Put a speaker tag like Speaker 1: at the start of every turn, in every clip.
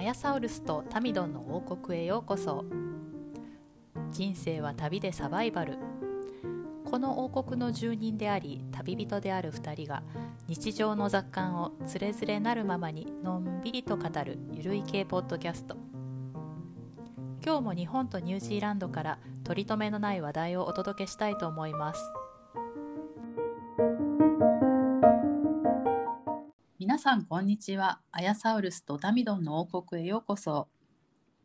Speaker 1: ヤサウルスとタミドンの王国へようこそ人生は旅でサバイバルこの王国の住人であり旅人である2人が日常の雑感をつれづれなるままにのんびりと語るゆるい系ポッドキャスト今日も日本とニュージーランドから取り留めのない話題をお届けしたいと思います皆さんこんにちはアヤサウルスとタミドンの王国へようこそ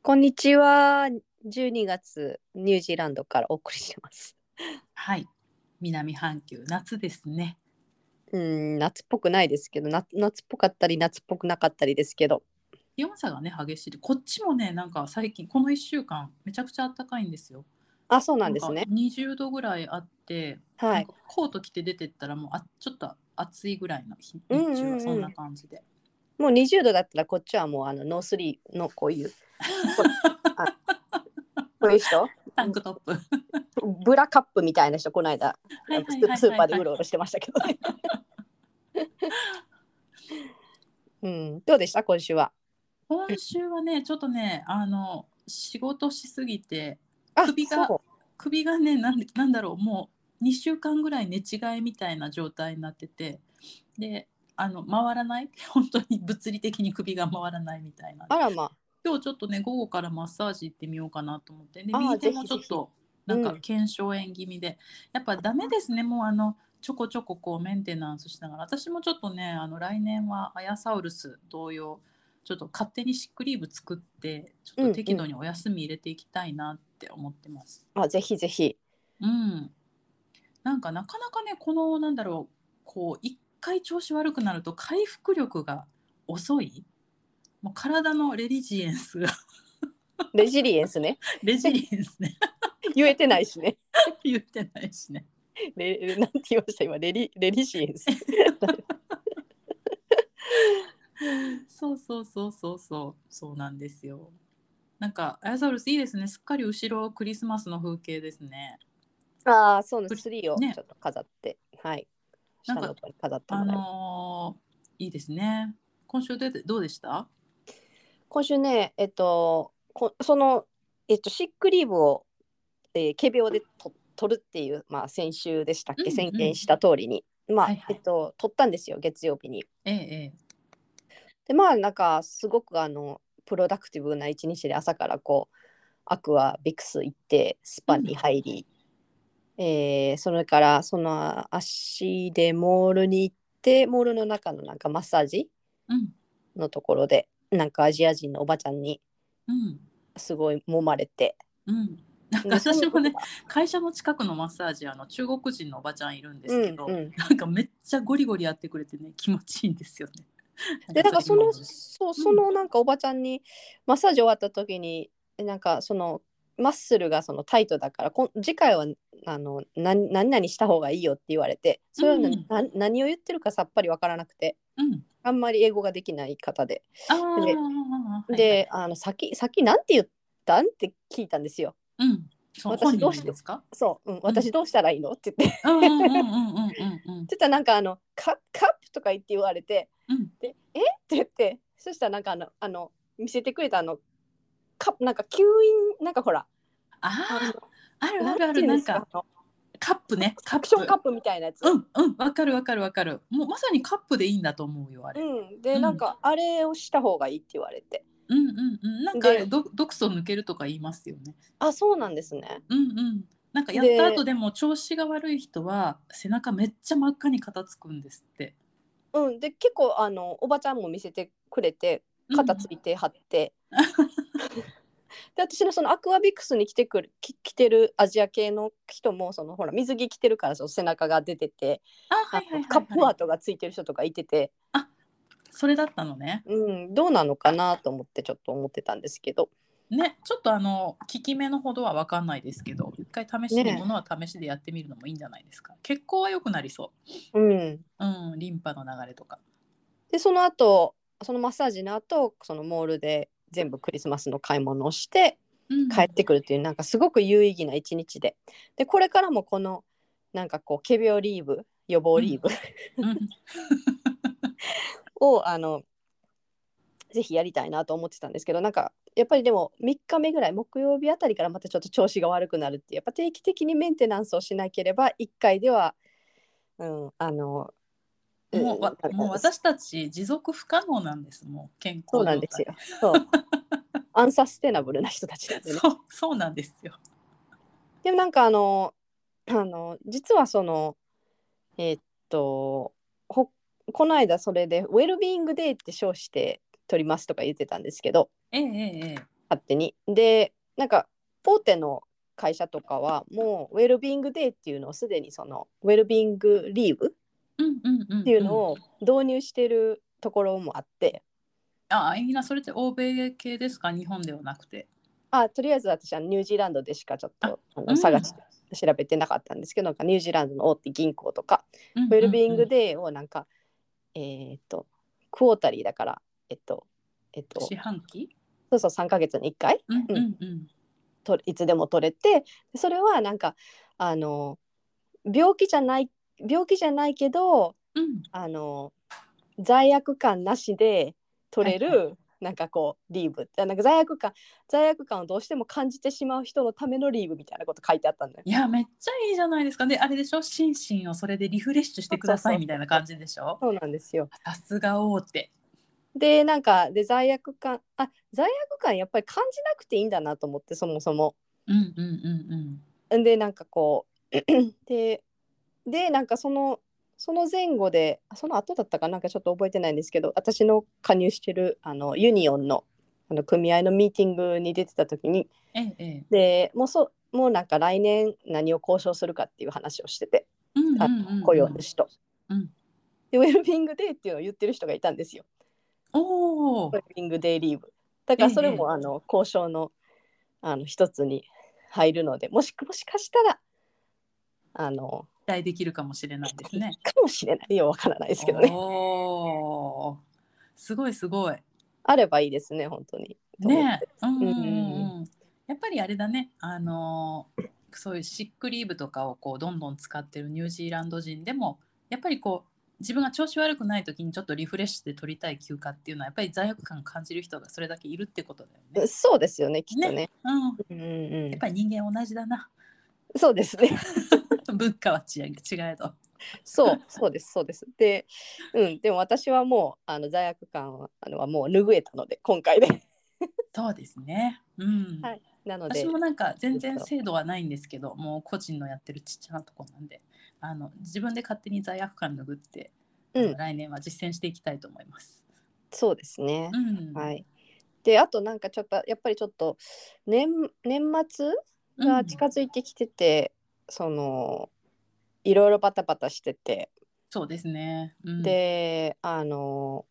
Speaker 2: こんにちは。12月ニュージーランドからお送りします。
Speaker 1: はい南半球夏ですね
Speaker 2: うーん、夏っぽくないですけど、夏夏っぽかったり夏っぽくなかったりですけど。
Speaker 1: 気温差がね激しいこっちもねなんか最近この1週間めちゃくちゃ暖かいんですよ
Speaker 2: あ、そうなんですね。
Speaker 1: か20度ぐらいあって、
Speaker 2: は
Speaker 1: なん
Speaker 2: い。
Speaker 1: かコート着て出てったらもうあちょっと暑いぐらいの日
Speaker 2: うんうんうん
Speaker 1: 日中はそんな感じで、
Speaker 2: もう20度だったらこっちはもうあのノースリーのこういう。こあこういう人
Speaker 1: タンクトップは
Speaker 2: ブラカップみたいな人この間
Speaker 1: いはいはいはいはい
Speaker 2: スーパーでうろうろしてましたけどね。うん、どうでした今週は。
Speaker 1: 今週はねちょっとねあの仕事しすぎて
Speaker 2: あ
Speaker 1: 首が
Speaker 2: そう
Speaker 1: 首がねなんでなんだろうもう2週間ぐらい寝違いみたいな状態になっててであの回らない 本当に物理的に首が回らないみたいな
Speaker 2: あらまあ。
Speaker 1: 今日ちょっとね午後からマッサージ行ってみようかなと思ってで
Speaker 2: あー
Speaker 1: 右手も
Speaker 2: ぜひ
Speaker 1: ちょ
Speaker 2: ぜ
Speaker 1: っ
Speaker 2: ひ
Speaker 1: となんか
Speaker 2: うん
Speaker 1: 腱鞘炎気味で、やっぱダメですねもうあのちょこちょここうメンテナンスしながら私もちょっとねあの来年はアヤサウルス同様ちょっと勝手にシックリーブ作ってちょっと適度にお休み入れていきたいなって思ってます。
Speaker 2: あ、ぜひぜひ。
Speaker 1: うん、なんかなかなかねこのなんだろうこう一回調子悪くなると回復力が遅いもう体のレリジエンスが
Speaker 2: レジリエンスね。
Speaker 1: レジリエンスね
Speaker 2: 言えてないしね。
Speaker 1: 言ってないしね
Speaker 2: レなんて言いました今レリレリシエンス。
Speaker 1: そうそうそうそうそうそうなんですよなんかアヤサウルスいいですねすっかり後ろクリスマスの風景ですね
Speaker 2: ああそうなんです。ツリーを
Speaker 1: ね
Speaker 2: ちょっと飾って、はい。
Speaker 1: な
Speaker 2: 下
Speaker 1: んか
Speaker 2: のとこに飾って
Speaker 1: あ
Speaker 2: もらいます。
Speaker 1: のーいいですね今週でどうでした
Speaker 2: 今週ねえっとこそのえっとシックリーブを、えー、仮病でと取るっていうまあ先週でしたっ
Speaker 1: うんう
Speaker 2: け
Speaker 1: ん
Speaker 2: 宣言した通りに、まあ、
Speaker 1: はいはい
Speaker 2: えっと取ったんですよ月曜日に。
Speaker 1: ええええ
Speaker 2: でまあなんかすごくあのプロダクティブな一日で朝からこうアクアビクス行ってスパに入り、えーそれからその足でモールに行ってモールの中のなんかマッサージ
Speaker 1: うん
Speaker 2: のところでなんかアジア人のおばちゃんに
Speaker 1: うん
Speaker 2: すごい揉まれて
Speaker 1: うんなんか私もね会社の近くのマッサージあの中国人のおばちゃんいるんで
Speaker 2: う
Speaker 1: す
Speaker 2: ん
Speaker 1: けど、
Speaker 2: うん、
Speaker 1: なんかめっちゃゴリゴリやってくれてね気持ちいいんですよね。
Speaker 2: でなんかそ のそう
Speaker 1: うん
Speaker 2: そのなんかおばちゃんにマッサージ終わった時になんかそのマッスルがそのタイトだからこん次回はあの何何々した方がいいよって言われてそれは
Speaker 1: うん
Speaker 2: 何,な、何を言ってるかさっぱりわからなくて
Speaker 1: うん、
Speaker 2: あんまり英語ができない方で
Speaker 1: あーは
Speaker 2: で
Speaker 1: いはい
Speaker 2: で、あの先先なんて言ったんって聞いたんですよ。
Speaker 1: うん、そう
Speaker 2: 私
Speaker 1: 本
Speaker 2: どうし
Speaker 1: 人
Speaker 2: て
Speaker 1: ですか？
Speaker 2: そう、うん、私どうしたらいいのって言って
Speaker 1: うんうんうんうんうんうん
Speaker 2: 言ったらなんかあのカカップとか言って言われて
Speaker 1: うん。
Speaker 2: でえって言ってそしたらなんかあのあの見せてくれたあのカップなんか吸引なんかほら
Speaker 1: ああ、あるあ
Speaker 2: なん
Speaker 1: るあ
Speaker 2: て
Speaker 1: る
Speaker 2: い
Speaker 1: な
Speaker 2: うんです
Speaker 1: か
Speaker 2: あの
Speaker 1: カップねカッ
Speaker 2: アク
Speaker 1: プ
Speaker 2: ションカップみたいなやつ。
Speaker 1: うんうんわかるわかるわかるもうまさにカップでいいんだと思うよあれ。
Speaker 2: うん、で、
Speaker 1: うん
Speaker 2: なんかあれをした方がいいって言われて。
Speaker 1: うんうんうんなんかあれ
Speaker 2: で
Speaker 1: ど毒素抜けるとか言いますよね。
Speaker 2: あ、そうなんですね。
Speaker 1: うんうん、なんかやった後でも調子が悪い人は背中めっちゃ真っ赤に肩つくんですって。
Speaker 2: うん、で、結構あのおばちゃんも見せてくれて、肩ついて 貼って。で、私のそのアクアビクスに来てくる、き着てるアジア系の人も、そのほら水着着てるから、その背中が出てて。
Speaker 1: うん、あ、
Speaker 2: あ
Speaker 1: はいはいはいはい、
Speaker 2: カップアートがついてる人とかいてて、
Speaker 1: それだったのね。
Speaker 2: うん、どうなのかなと思って、ちょっと思ってたんですけど。
Speaker 1: ね、ちょっとあの効き目のほどは分かんないですけど、一回試しに
Speaker 2: ね
Speaker 1: ものは試しでやってみるのもいいんじゃないですか。血行は良くなりそ
Speaker 2: うん、
Speaker 1: う。うん、リンパの流れとか。
Speaker 2: でその後そのマッサージの後そのモールで全部クリスマスの買い物をして
Speaker 1: うん、
Speaker 2: 帰ってくるっていうなんかすごく有意義な一日ででこれからもこのなんかこう仮病リーブ予防リーブ
Speaker 1: うん、
Speaker 2: をあのぜひやりたいなと思ってたんですけどなんかやっぱりでも3日目ぐらい木曜日あたりからまたちょっと調子が悪くなるってやっぱ定期的にメンテナンスをしなければ1回では、うん、あのん
Speaker 3: もうわもう私たち持続不可能なんですもう健康
Speaker 2: そうなん
Speaker 3: 状
Speaker 2: です
Speaker 3: 態
Speaker 2: よそうアンサステナブルな人たちなんでね
Speaker 3: そうそうなんですよ
Speaker 2: でもなんかあのあの実はそのえーっとほこの間それでウェルビーイングデーって称して取りますとか言ってたんですけど
Speaker 3: ええええええ
Speaker 2: 勝手にでなんかポーテの会社とかはもうウェルビーイングデーっていうのをすでにそのウェルビーイングリーブ
Speaker 3: うんうんうんん
Speaker 2: っていうのを導入してるところもあって、
Speaker 3: あみんなそれって欧米系ですか日本ではなくて
Speaker 2: あとりあえず私はニュージーランドでしかちょっとあ
Speaker 3: うん
Speaker 2: の探して、調べてなかったんですけどなんかニュージーランドの大手銀行とか
Speaker 3: ウ
Speaker 2: ウェルビーイングデーをなんか、えーっと、クォータリーだから、えっと、えっと、
Speaker 3: 四半期
Speaker 2: そうそう3ヶ月に1回
Speaker 3: うんうんうん
Speaker 2: といつでも取れて、それはなんか、あの、病気じゃない、病気じゃないけど、
Speaker 3: うん
Speaker 2: あの、罪悪感なしで取れる、
Speaker 3: はい
Speaker 2: なんかこうリーブあなんか罪悪感罪悪感をどうしても感じてしまう人のためのリーブみたいなこと書いてあったんだよ。
Speaker 3: いやめっちゃいいじゃないですかであれでしょ心身をそれでリフレッシュしてくださいみたいな感じでしょ
Speaker 2: そうなんですよ。
Speaker 3: さすが大手
Speaker 2: でなんかで罪悪感あ罪悪感やっぱり感じなくていいんだなと思ってそもそも。
Speaker 3: うんうんうんうん
Speaker 2: んでなんかこう ででなんかそのその前後であその後だったかなんかちょっと覚えてないんですけど私の加入してるあのユニオンのあの組合のミーティングに出てた時に
Speaker 3: ええええ
Speaker 2: でもうそもうなんか来年何を交渉するかっていう話をしてて
Speaker 3: うんうん
Speaker 2: あ
Speaker 3: うんうん
Speaker 2: 雇用主と。
Speaker 3: うん
Speaker 2: でウェルビーイングデーっていうのを言ってる人がいたんですよ。
Speaker 3: おお
Speaker 2: ウェルビーイングデイリーブ。だからそれ
Speaker 3: え
Speaker 2: も
Speaker 3: え
Speaker 2: あの交渉のあの一つに入るので、もしもしかしたらあの
Speaker 3: 期待できるかもしれないですね。
Speaker 2: かもしれないよわからないですけどね。
Speaker 3: おーすごいすごい。
Speaker 2: あればいいですね本当に。
Speaker 3: ねえ。うんうん
Speaker 2: ん
Speaker 3: うんうん。やっぱりあれだね。あのーそういうシックリーブとかをこうどんどん使ってるニュージーランド人でもやっぱりこう自分が調子悪くない時にちょっとリフレッシュで取りたい休暇っていうのはやっぱり罪悪感感じる人がそれだけいるってことだよね。
Speaker 2: そうですよねきっとね。
Speaker 3: う
Speaker 2: う
Speaker 3: ん、
Speaker 2: んう
Speaker 3: やっ
Speaker 2: ん
Speaker 3: ぱり人間同じだな
Speaker 2: そうですね。
Speaker 3: 文化は違い違えど。
Speaker 2: そうそうですそうです。で、うんでも私はもうあの罪悪感はあのはもう拭えたので今回で。
Speaker 3: そうですね。うん、
Speaker 2: はいなので
Speaker 3: 私もなんか全然制度はないんですけどもう個人のやってるちっちゃなとこなんであの自分で勝手に罪悪感拭って、
Speaker 2: うん
Speaker 3: 来年は実践していきたいと思います。
Speaker 2: そうですね。
Speaker 3: うん
Speaker 2: はい。であとなんかちょっとやっぱりちょっと年年末が近
Speaker 3: うん
Speaker 2: づいてきてて、そのいろいろバタバタしてて、
Speaker 3: そうですね。うん、
Speaker 2: であの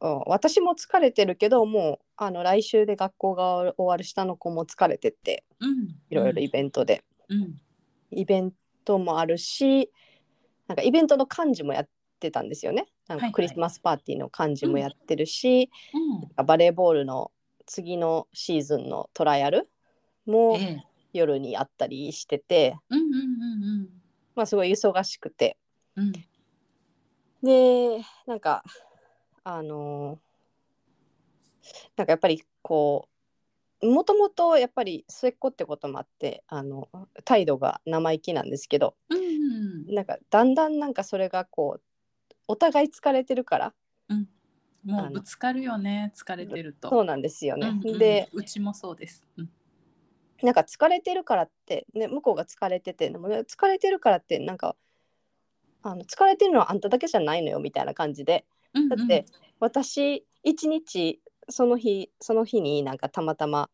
Speaker 2: うん私も疲れてるけどもうあの来週で学校が終わる下の子も疲れてて
Speaker 3: うん、
Speaker 2: いろいろイベントで、
Speaker 3: うん
Speaker 2: イベントもあるしなんかイベントの幹事もやってたんですよねなん
Speaker 3: はい
Speaker 2: か
Speaker 3: はい
Speaker 2: クリスマスパーティーの幹事もやってるし、
Speaker 3: う
Speaker 2: バレーボールの次のシーズンのトライアル
Speaker 3: ん、
Speaker 2: も
Speaker 3: ええ
Speaker 2: 夜にあったりしてて、
Speaker 3: うんうんうん
Speaker 2: まあ、すごい忙しくて
Speaker 3: うんうん
Speaker 2: でなんかあのーなんかやっぱりこうもともとやっぱり末っ子ってこともあってあの態度が生意気なんですけど
Speaker 3: うん
Speaker 2: なんかだんだんなんかそれがこうお互い疲れてるから
Speaker 3: もうぶつかるよね疲れてると。
Speaker 2: そうなんですよね。
Speaker 3: うんうん
Speaker 2: で
Speaker 3: うちもそうです。うん
Speaker 2: なんか疲れてるからって、ね、向こうが疲れててでもね疲れてるからってなんかあの疲れてるのはあんただけじゃないのよみたいな感じで
Speaker 3: うん
Speaker 2: だって私一日その日その日になんかたまたま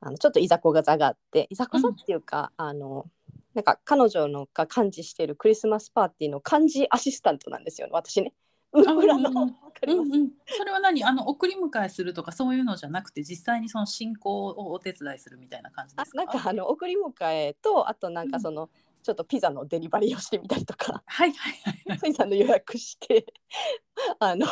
Speaker 2: あのちょっといざこがざがあっていざこざっていうか、あのなんか彼女のが幹事してるクリスマスパーティーの幹事アシスタントなんですよね私ね。裏の、
Speaker 3: うんうん
Speaker 2: わかり
Speaker 3: う
Speaker 2: ます
Speaker 3: んうん、それは何あの送り迎えするとかそういうのじゃなくて実際にその進行をお手伝いするみたいな感じ
Speaker 2: あ
Speaker 3: ですか
Speaker 2: なんかあの送り迎えとあとなんかその、ちょっとピザのデリバリーをしてみたりとか。
Speaker 3: はいはいはい。
Speaker 2: 富士山の予約して あの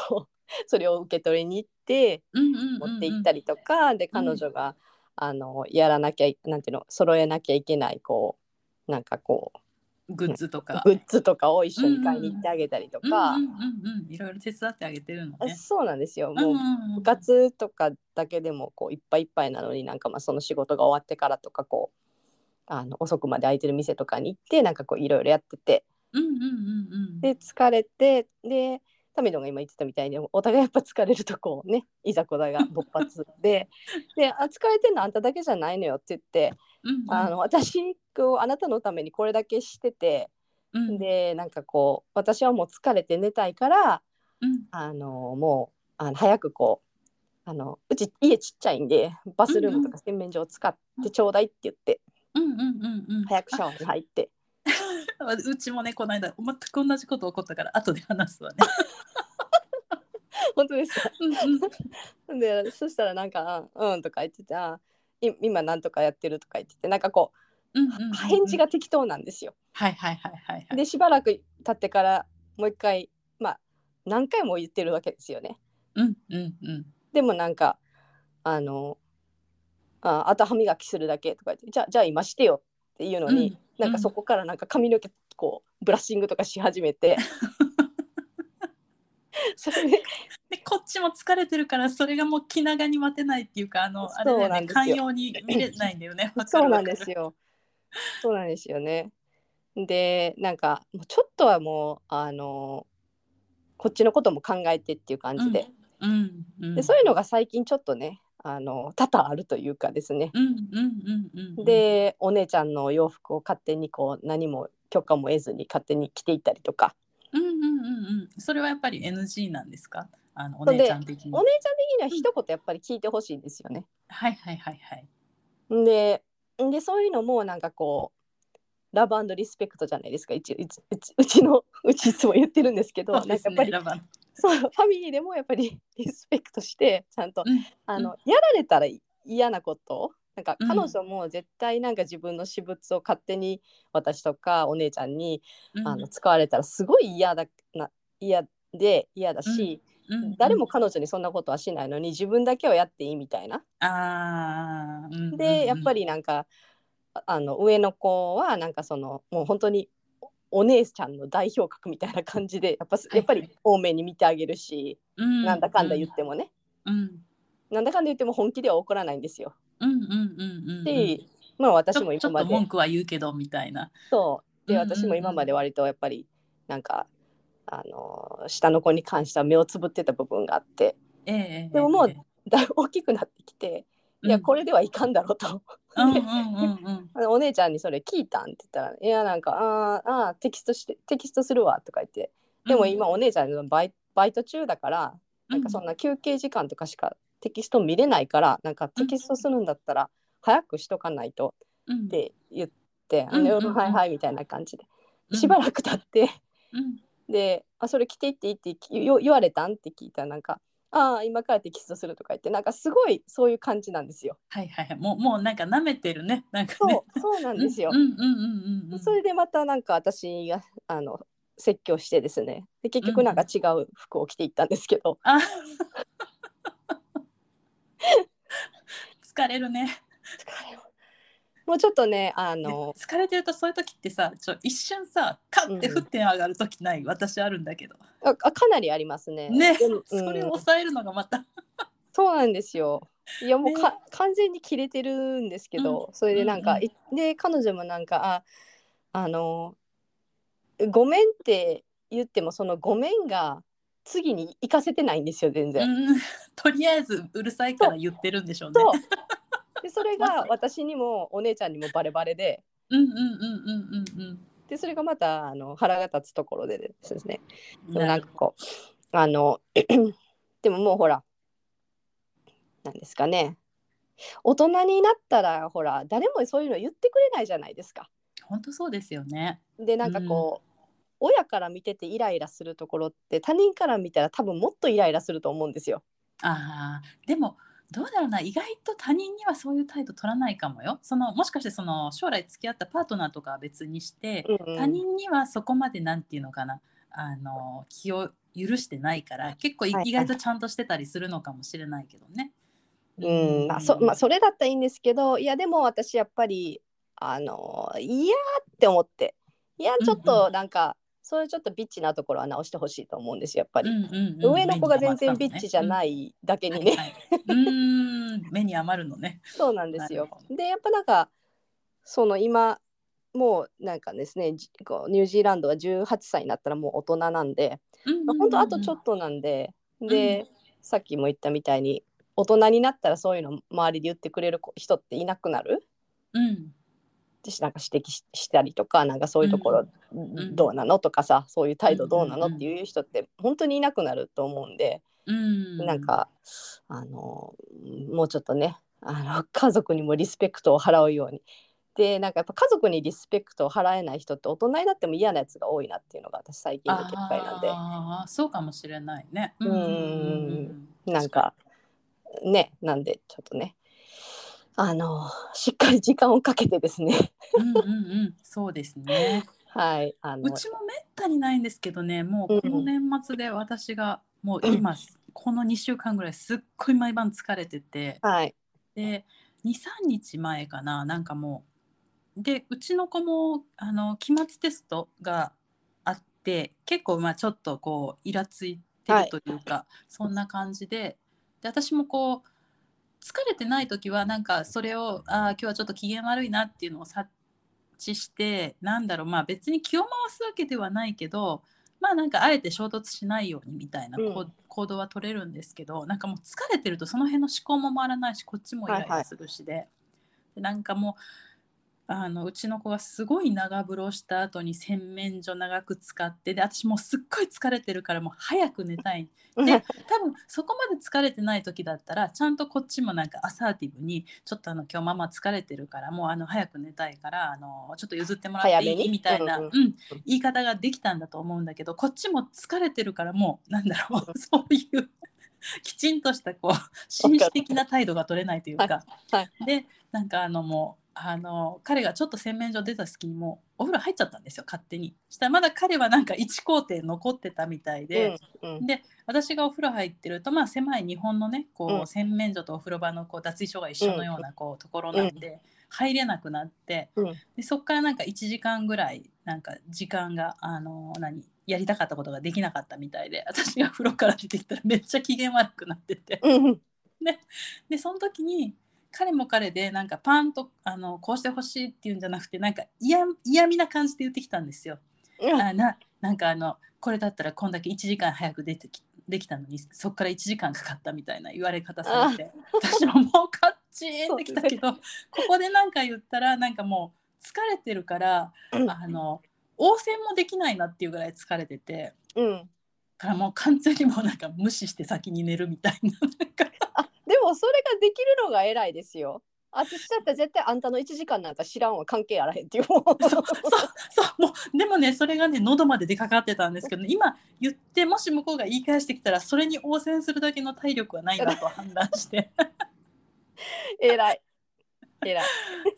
Speaker 2: それを受け取りに行って持
Speaker 3: 持
Speaker 2: って行った
Speaker 3: り。
Speaker 2: りとか、で彼女が、あのやらなきゃいなんていうの揃えなきゃいけないこうなんかこう
Speaker 3: グッズとか。
Speaker 2: グッズとかを一緒に買いに行ってあげたりと
Speaker 3: うん
Speaker 2: か
Speaker 3: うん、うんうん、いろいろ手伝ってあげてるのね。
Speaker 2: そうなんですよ
Speaker 3: うん
Speaker 2: もう
Speaker 3: うんうん
Speaker 2: 部活とかだけでもこういっぱいいっぱいなのになんかまあその仕事が終わってからとかこうあの遅くまで空いてる店とかに行ってなんかこういろいろやってて
Speaker 3: うんうんうんうん。
Speaker 2: で疲れてでタミドンが今言ってたみたいにお互いやっぱ疲れるとこうねいざこざが勃発 でであ「疲れてんのあんただけじゃないのよ」って言って
Speaker 3: うんう
Speaker 2: 「
Speaker 3: ん
Speaker 2: あの私こうあなたのためにこれだけしてて
Speaker 3: うん
Speaker 2: でなんかこう私はもう疲れて寝たいから
Speaker 3: うん
Speaker 2: あのもうあの早くこうあのうち家ちっちゃいんでバスルームとか洗面所を使ってちょうだいって言って
Speaker 3: うんうんうんうん。
Speaker 2: 早くシャワーに入って
Speaker 3: あうちもね、この間、全く同じこと起こったから、後で話 すわね。
Speaker 2: 本当ですか
Speaker 3: うんうん
Speaker 2: でそしたらなんか「うん」とか言っててあ「い今なんとかやってる」とか言っててなんかこ
Speaker 3: うんうんうん
Speaker 2: う返事。が適当なんですよ。
Speaker 3: はいはいはいはいはい。
Speaker 2: でしばらく経ってからもう一回まあ何回も言ってるわけですよね。
Speaker 3: うんうんうん。
Speaker 2: でもなんかあのああと歯磨きするだけとか言ってじゃあじゃあ今してよっていうのに、
Speaker 3: うん
Speaker 2: なんかそこからなんか髪の毛こうブラッシングとかし始め てそれで
Speaker 3: でこっちも疲れてるからそれがもう気長に待てないっていうかあのあれ
Speaker 2: そう
Speaker 3: だ
Speaker 2: な
Speaker 3: よ
Speaker 2: ん
Speaker 3: ね
Speaker 2: ですよ
Speaker 3: 寛容に見れないんだよ ねわか
Speaker 2: そう
Speaker 3: る
Speaker 2: な
Speaker 3: わ
Speaker 2: ん
Speaker 3: かる
Speaker 2: ですよそうなんですよねでなんかもうちょっとはもうあのこっちのことも考えてっていう感じで,、
Speaker 3: うんうん
Speaker 2: でそういうのが最近ちょっとねあの多々あるというかですね
Speaker 3: うんうんうんうん
Speaker 2: でお姉ちゃんの洋服を勝手にこう何も許可も得ずに勝手に着ていったりとか
Speaker 3: うんうんうんうんそれはやっぱり NG なんですかあのお
Speaker 2: そうで
Speaker 3: 姉ちゃん的に
Speaker 2: お
Speaker 3: は
Speaker 2: 姉ちゃん的には一言やっぱり聞いてほしいんですよね。
Speaker 3: いはいはいはい
Speaker 2: ででそういうのもなんかこうラブリスペクトじゃないですかうちうちうちうちの うちいつも言ってるんですけど
Speaker 3: そうです
Speaker 2: なんか
Speaker 3: ね
Speaker 2: やっぱり
Speaker 3: ラバー
Speaker 2: そうファミリーでもやっぱりリスペクトしてちゃんと、
Speaker 3: うん
Speaker 2: あの
Speaker 3: う
Speaker 2: やられたら嫌なことなんか
Speaker 3: うん
Speaker 2: 彼女も絶対なんか自分の私物を勝手に私とかお姉ちゃんに、
Speaker 3: うん
Speaker 2: あの使われたらすごい嫌だな嫌で嫌だし、
Speaker 3: うんうん
Speaker 2: 誰も彼女にそんなことはしないのに自分だけはやっていいみたいな。
Speaker 3: あー、うんうんうん、
Speaker 2: でやっぱりなんかああの上の子はなんかそのもう本当におお姉ちゃんの代表格みたいな感じでやっぱす
Speaker 3: はい
Speaker 2: やっぱり多めに見てあげるし、なんだかんだ言ってもね、
Speaker 3: うん
Speaker 2: なんだかんだ言っても本気では怒らないんですよ。
Speaker 3: うんうんうんうんうん
Speaker 2: し、まあ
Speaker 3: ち
Speaker 2: 私も
Speaker 3: ょち
Speaker 2: 今ま
Speaker 3: ょっと
Speaker 2: で
Speaker 3: 文句は言うけどみたいな
Speaker 2: そうで
Speaker 3: うんうんうん
Speaker 2: 私も今まで割とやっぱりなんかあの下の子に関しては目をつぶってた部分があって
Speaker 3: ええええ
Speaker 2: でももう
Speaker 3: え
Speaker 2: だい ぶ大きくなってきて、
Speaker 3: え
Speaker 2: いや
Speaker 3: うん
Speaker 2: これではいかんだろうと。
Speaker 3: うんうんうんうん
Speaker 2: あのお姉ちゃんにそれ聞いたんって言ったら「いやなんかあーあーテキストしてテキストするわ」とか言って「 でも今お姉ちゃんのバイバイト中だからなんかそんな休憩時間とかしかテキスト見れないからなんかテキストするんだったら早くしとかないと」
Speaker 3: うん
Speaker 2: って言って「
Speaker 3: うん
Speaker 2: 夜、
Speaker 3: うんうん
Speaker 2: はいはい」みたいな感じで
Speaker 3: うん
Speaker 2: しばらく経って
Speaker 3: うん
Speaker 2: で「あそれ着ていっていいってきよ言われたん?」って聞いたらなんか「ああ今からテキストする」とか言ってなんかすごいそういう感じなんですよ。
Speaker 3: はいはいはいもうもうなんか舐めてるねなんかね
Speaker 2: そうそうなんですよ
Speaker 3: うん。うんうんうんうん
Speaker 2: それでまたなんか私があの説教してですねで結局なんか違う服を着ていったんですけど、
Speaker 3: あ 疲れるね
Speaker 2: 疲れをもうちょっとねあ
Speaker 3: で
Speaker 2: の
Speaker 3: 疲れてるとそういう時ってさちょ一瞬さカッて
Speaker 2: うん
Speaker 3: 沸点上がる時ない、私あるんだけど
Speaker 2: ああかなりありますね。
Speaker 3: ね
Speaker 2: でも
Speaker 3: それを
Speaker 2: うん
Speaker 3: 抑えるのがまた
Speaker 2: そうなんですよ。いやもうか、
Speaker 3: ね
Speaker 2: 完全に切れてるんですけど、それでなん
Speaker 3: うん
Speaker 2: か、
Speaker 3: うん
Speaker 2: いで彼女もなんかああのごめんって言ってもそのごめんが次に行かせてないんですよ全然。
Speaker 3: うんとりあえずうるさいから言ってるんでしょうね
Speaker 2: そうでそれ
Speaker 3: まさ
Speaker 2: が
Speaker 3: に
Speaker 2: 私にもお姉ちゃんにもバレバレで。
Speaker 3: うんうんうんうんうん
Speaker 2: でそれがまたあの腹が立つところででそうですね
Speaker 3: うん
Speaker 2: な
Speaker 3: なん
Speaker 2: かこうあの でももうほらなんですかね大人になったらほら誰もそういうの言ってくれないじゃないですか。
Speaker 3: 本当そうですよね
Speaker 2: でなんかこう、親から見ててイライラするところって他人から見たら多分もっとイライラすると思うんですよ。
Speaker 3: あーでもどうだろうな意外と他人にはそういう態度取らないかもよそのもしかしてその将来付き合ったパートナーとかは別にして、
Speaker 2: うん
Speaker 3: 他人にはそこまでなんていうのかなあの気を許してないから結構い
Speaker 2: はい
Speaker 3: 意外とちゃんとしてたりするのかもしれないけどね。
Speaker 2: うんまあそまあ、それだったらいいんですけどいやでも私やっぱりあの嫌って思っていや
Speaker 3: ん
Speaker 2: ちょっとなんか、そういうちょっとビッチなところは直してほしいと思うんですよやっぱり、
Speaker 3: うんうん
Speaker 2: 上の子が全然ビッチじゃないいだけにね、
Speaker 3: はい、うーん目に余るのね。
Speaker 2: そうなんですよ
Speaker 3: なるほ。
Speaker 2: でやっぱなんかその今もうなんかですねじこうニュージーランドは18歳になったらもう大人なんで、まあ、本当あとちょっとなんで、で、さっきも言ったみたいに大人になったらそういうの周りで言ってくれる子人っていなくなる
Speaker 3: と、うん
Speaker 2: ってしなんか指摘ししたりとかなんかそういうところ
Speaker 3: ん
Speaker 2: どうなのとかさ、そういう態度どうなの
Speaker 3: うんうんうん
Speaker 2: っていう人って本当にいなくなると思うんで。
Speaker 3: うん、
Speaker 2: なんかあのもうちょっとねあの 家族にもリスペクトを払うようにでなんかやっぱ家族にリスペクトを払えない人って大人になっても嫌なやつが多いなっていうのが私最近の結界なんで
Speaker 3: ああそうかもしれないね。
Speaker 2: んなんかねなんでちょっとねあのしっかり時間をかけてですね
Speaker 3: うんうんうん、そうですね。
Speaker 2: はいあの
Speaker 3: うちもめったにないんですけどね、もうこの年末で私がもう今、この2週間ぐらいすっごい毎晩疲れてて、
Speaker 2: はい
Speaker 3: で、2、3日前かな、なんかもう、で、うちの子もあの期末テストがあって、結構まあちょっとこう、イラついてるというか、そんな感じで、で、私もこう、疲れてない時はなんかそれをあー今日はちょっと機嫌悪いなっていうのを察知してなんだろうまあ別に気を回すわけではないけどまあなんかあえて衝突しないようにみたいな
Speaker 2: うん
Speaker 3: こう行動は取れるんですけど、なんかもう疲れてるとその辺の思考も回らないしこっちもイライラするしで,、でなんかもうあのうちの子がすごい長風呂した後に洗面所長く使ってで私もうすっごい疲れてるからもう早く寝たいで多分そこまで疲れてない時だったらちゃんとこっちもなんかアサーティブにちょっとあの今日ママ疲れてるからもうあの早く寝たいからあのちょっと譲ってもらって
Speaker 2: 早め
Speaker 3: いい
Speaker 2: に
Speaker 3: みたいな、
Speaker 2: うん
Speaker 3: う
Speaker 2: うん
Speaker 3: ん言い方ができたんだと思うんだけどこっちも疲れてるからもうなんだろうそういうきちんとしたこう紳士的な態度が取れないというか、
Speaker 2: はい
Speaker 3: でなんかあのもうあの彼がちょっと洗面所出た隙にもうお風呂入っちゃったんですよ勝手にしたらまだ彼はなんか1工程残ってたみたいで、
Speaker 2: うんうん
Speaker 3: で私がお風呂入ってると、まあ、狭い日本のねこう、
Speaker 2: うん
Speaker 3: 洗面所とお風呂場のこう脱衣所が一緒のようなこうところなんで、入れなくなって、
Speaker 2: うん
Speaker 3: でそこからなんか1時間ぐらいなんか時間が、あの何やりたかったことができなかったみたいで私が風呂から出てきたらめっちゃ機嫌悪くなってて
Speaker 2: うんうん
Speaker 3: でその時に彼も彼でなんかパンとあのこうしてほしいっていうんじゃなくてなんか嫌嫌味な感じで言ってきたんですよ。 あななんかあのこれだったらこんだけ1時間早く出てきできたのにそっから1時間かかったみたいな言われ方されて私ももうカッチーンってきたけどここで何か言ったらなんかもう疲れてるから
Speaker 2: うん
Speaker 3: あの応戦もできないなっていうぐらい疲れてて
Speaker 2: うん
Speaker 3: からもう完全にもうなんか無視して先に寝るみたいな なんか
Speaker 2: でもそれができるのが偉いですよ私だったら絶対あんたの1時間なんか知らんわ関係あらへんっていうもう
Speaker 3: そうそうそうもうでもねそれがね喉まで出かかってたんですけど、ね、今言ってもし向こうが言い返してきたらそれに応戦するだけの体力はないなと判断して
Speaker 2: 偉い偉い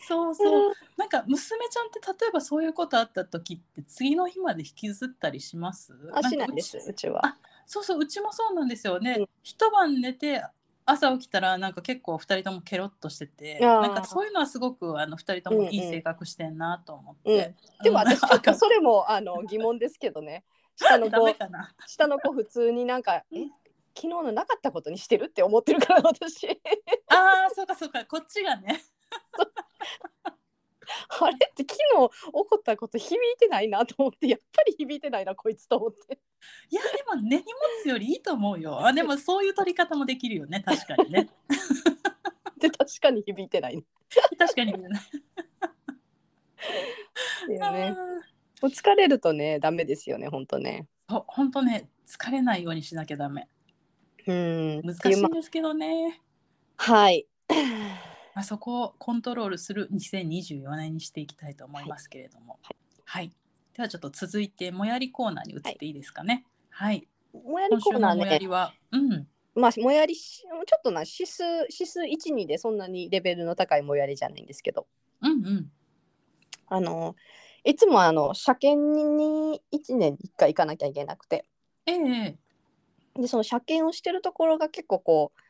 Speaker 3: そうそうなんか娘ちゃんって例えばそういうことあった時って次の日まで引きずったりします
Speaker 2: あしな
Speaker 3: か
Speaker 2: いう
Speaker 3: ち
Speaker 2: ですうちは。
Speaker 3: そうそううちもそうなんですよね、
Speaker 2: うん
Speaker 3: 一晩寝て朝起きたらなんか結構二人ともケロっとしてて
Speaker 2: あー
Speaker 3: なんかそういうのはすごくあの二人ともいい性格してんなと思っ
Speaker 2: うん
Speaker 3: て、
Speaker 2: でも
Speaker 3: あの
Speaker 2: 私ちょっ とそれもあの疑問ですけどね。下の
Speaker 3: ダメ
Speaker 2: 子
Speaker 3: かな
Speaker 2: 下の子普通になんかえ昨日のなかったことにしてるって思ってるから私
Speaker 3: ああそうかそうかこっちがね
Speaker 2: あれって昨日起こったこと響いてないなと思ってやっぱり響いてないなこいつと思って
Speaker 3: いやでも根に持つよりいいと思うよあでもそういう取り方もできるよね確かに ね
Speaker 2: で確かに響いてないって
Speaker 3: 確かに
Speaker 2: いう
Speaker 3: あ ー
Speaker 2: ね。もう疲れるとねダメですよね本当ね。
Speaker 3: そう本当ね疲れないようにしなきゃダメ
Speaker 2: うん
Speaker 3: 難
Speaker 2: って
Speaker 3: し
Speaker 2: い
Speaker 3: い
Speaker 2: うんま
Speaker 3: ですけどね
Speaker 2: はい。
Speaker 3: あそこをコントロールする2024年にしていきたいと思いますけれどもはい、ではちょっと続いてもやりコーナーに移っていいですかねはい、
Speaker 2: もやり
Speaker 3: 今
Speaker 2: コ
Speaker 3: 週
Speaker 2: ーナ
Speaker 3: の
Speaker 2: ー
Speaker 3: もや
Speaker 2: ね
Speaker 3: りは、うん
Speaker 2: まあもやりしちょっとな指数指数12でそんなにレベルの高いもやりじゃないんですけど。
Speaker 3: うんうん
Speaker 2: あのいつもあの車検に1年に1回行かなきゃいけなくて
Speaker 3: ええ
Speaker 2: でその車検をしてるところが結構こう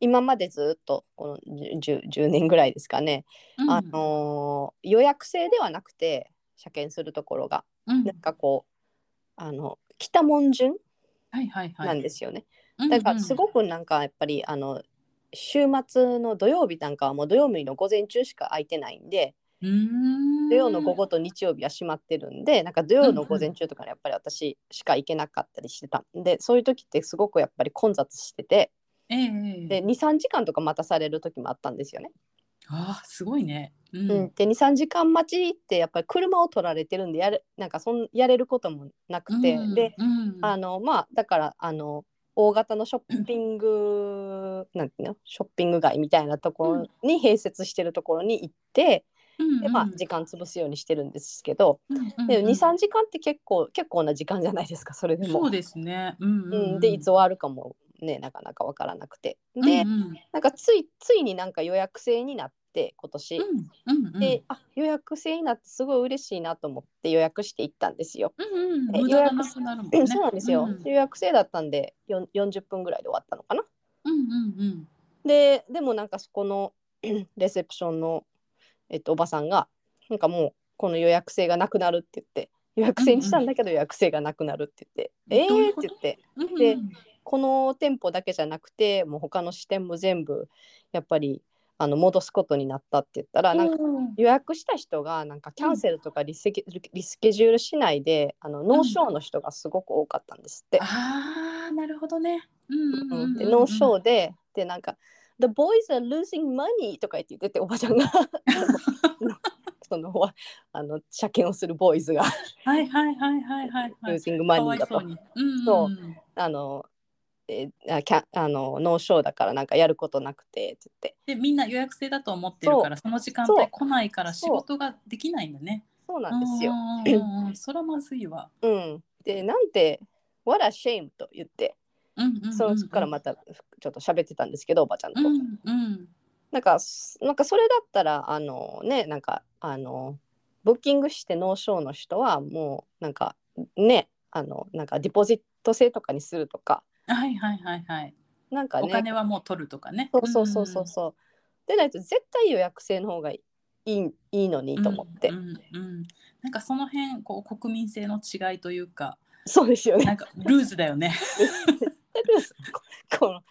Speaker 2: 今までずっとこの 10, 10年ぐらいですかね、
Speaker 3: うん
Speaker 2: あの予約制ではなくて車検するところが、
Speaker 3: うん
Speaker 2: なんかこうあの北門順
Speaker 3: はいはいはい。
Speaker 2: なんですよね、
Speaker 3: うん
Speaker 2: だからすごくなんかやっぱりあの週末の土曜日なんかはもう土曜日の午前中しか空いてないんで
Speaker 3: うん、うん
Speaker 2: 土曜の午後と日曜日は閉まってるんでなんか土曜の午前中とかやっぱり私しか行けなかったりしてたんでそういう時ってすごくやっぱり混雑してて
Speaker 3: ええええ
Speaker 2: で23時間とか待たされる時もあったんですよね。
Speaker 3: ああすごいね。うん。
Speaker 2: うん、で23時間待ちってやっぱり車を取られてるんでやれなんかそんやれることもなくて、
Speaker 3: うん
Speaker 2: で、
Speaker 3: うん
Speaker 2: あのまあだからあの大型のショッピン グなんていうのショッピング街みたいなところに併設してるところに行って、
Speaker 3: うん
Speaker 2: でまあ時間潰すようにしてるんですけど、でも23時間って結構結構な時間じゃないですかそれでも。
Speaker 3: そうですね。うんうんうん
Speaker 2: うん、でいつ終わるかもねなかなか分からなくて。で、
Speaker 3: うんうん
Speaker 2: なんかついついになんか予約制になって今年。
Speaker 3: うんうんうん
Speaker 2: であ予約制になってすごい嬉しいなと思って予約して行ったんですよ。
Speaker 3: うんうん
Speaker 2: で
Speaker 3: 無駄がなくなるもんね。
Speaker 2: そうなんですよ、
Speaker 3: うん
Speaker 2: 予約制だったんでよん40分ぐらいで終わったのかな。
Speaker 3: うんうん
Speaker 2: ででもなんかそこの レセプションの、えっと、おばさんがなんかもうこの予約制がなくなるって言って予約制にしたんだけど予約制がなくなるって言って、
Speaker 3: どう
Speaker 2: え
Speaker 3: い
Speaker 2: えー、
Speaker 3: う
Speaker 2: っ
Speaker 3: こ
Speaker 2: て
Speaker 3: と
Speaker 2: 言って
Speaker 3: うん。
Speaker 2: で
Speaker 3: うん
Speaker 2: この店舗だけじゃなくてもう他の支店も全部やっぱりあの戻すことになったって言ったらなんか
Speaker 3: うん
Speaker 2: 予約した人がなんかキャンセルとかリスケ,、リスケジュールしないであのノーショーの人がすごく多かったんですって。
Speaker 3: ああなるほどね。うんうんうんうん
Speaker 2: でノーショーで、で、なんか、The boys are losing money とか言って言ってて、おばちゃんが そのわあの車検をするボーイズが
Speaker 3: はいはいはいはいはいはい
Speaker 2: losing
Speaker 3: かわ
Speaker 2: money
Speaker 3: い
Speaker 2: だ
Speaker 3: そう
Speaker 2: と、
Speaker 3: に。うんうん
Speaker 2: そうあの、えあキャあのノーショーだからなんかやることなくてって言って、
Speaker 3: でみんな予約制だと思ってるからその時間
Speaker 2: そう
Speaker 3: 帯来ないから仕
Speaker 2: そう
Speaker 3: 事ができないんだね。
Speaker 2: そうなんですよ。
Speaker 3: うんうんうんうん。そらまずいわ。
Speaker 2: うん、で、なんて、What a shame と言って、
Speaker 3: うんうんうんうん
Speaker 2: そのそこからまたちょっと喋ってたんですけど、おばちゃんと。
Speaker 3: うんうん
Speaker 2: なんかすなんかそれだったらあのねなんかあのブッキングしてノーショーの人はもうなんかねあのなんかディポジット制とかにするとか
Speaker 3: はいはいはいはい。
Speaker 2: なんかね
Speaker 3: お金はもう取るとかね。
Speaker 2: そうそうそうそうそうでないと絶対予約制の方がいいいいのにと思って、
Speaker 3: うんうんうんなんかその辺こう国民性の違いとい うか、
Speaker 2: そうですよね
Speaker 3: なんかルーズだよね。
Speaker 2: ルーズこの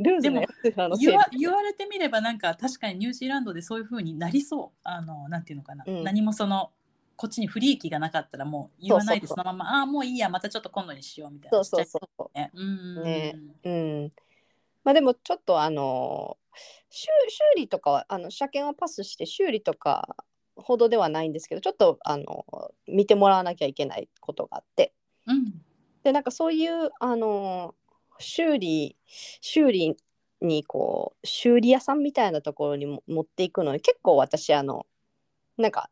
Speaker 2: ルーズのやつあのせい
Speaker 3: 言
Speaker 2: で
Speaker 3: わ言われてみればなんか確かにニュージーランドでそういう風になりそう。あのなんていうのかな、
Speaker 2: うん
Speaker 3: 何もそのこっちに不利益がなかったらもう言わないで
Speaker 2: そ
Speaker 3: そ
Speaker 2: そ
Speaker 3: う
Speaker 2: う
Speaker 3: のままああーもういいやまたちょっと今度にしようみたいな。。
Speaker 2: そうそうそうう
Speaker 3: ね。うんうん
Speaker 2: ねうんまあでもちょっとあの修修理とかはあの車検はパスして修理とかほどではないんですけどちょっとあの見てもらわなきゃいけないことがあって
Speaker 3: うん。
Speaker 2: でなんかそういうあの修理修理にこう修理屋さんみたいなところにも持っていくのに結構私あのなんか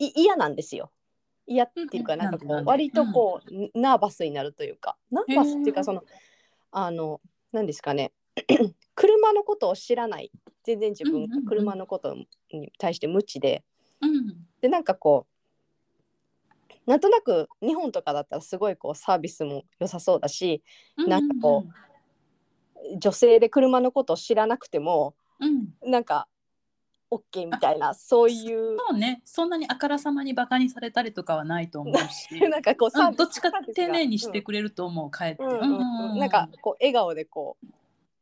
Speaker 2: い嫌なんですよ。嫌っていうか
Speaker 3: うん
Speaker 2: なんか
Speaker 3: なんでな
Speaker 2: こ
Speaker 3: ん
Speaker 2: う
Speaker 3: で
Speaker 2: 割とこう、ナーバスになるというかナーバスっていう
Speaker 3: へ
Speaker 2: か
Speaker 3: ー
Speaker 2: そのあの何ですかね 車のことを知らない全然自分が車のことに対して無知で、
Speaker 3: うん。
Speaker 2: でなんかこうなんとなく日本とかだったらすごいこうサービスも良さそうだし
Speaker 3: うん。
Speaker 2: なんかこ女性で車のことを知らなくても
Speaker 3: う。うん。
Speaker 2: なんか OK みたいなそういう
Speaker 3: そうね。そんなにあからさまにバカにされたりとかはないと思うし。
Speaker 2: なんかこうサービ
Speaker 3: うん、
Speaker 2: ス
Speaker 3: どっちか
Speaker 2: サービスが
Speaker 3: 丁寧にしてくれると思う、帰って。
Speaker 2: うんうんうんうんなんかこう笑顔でこう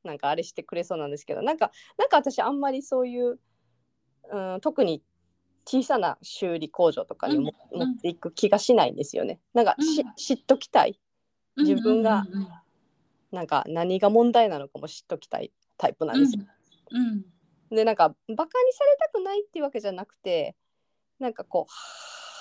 Speaker 2: なんかあれしてくれそうなんですけどなんかなんか私あんまりそういう、うん、特に小さな修理工場とかにも、
Speaker 3: うん
Speaker 2: 持っていく気がしないんですよね。なんかし、
Speaker 3: うん
Speaker 2: 知っときたい自分が
Speaker 3: うんうんうん
Speaker 2: なんか何が問題なのかも知っときたいタイプなんですよ。
Speaker 3: うんうん
Speaker 2: でなんかバカにされたくないっていうわけじゃなくてなんかこうは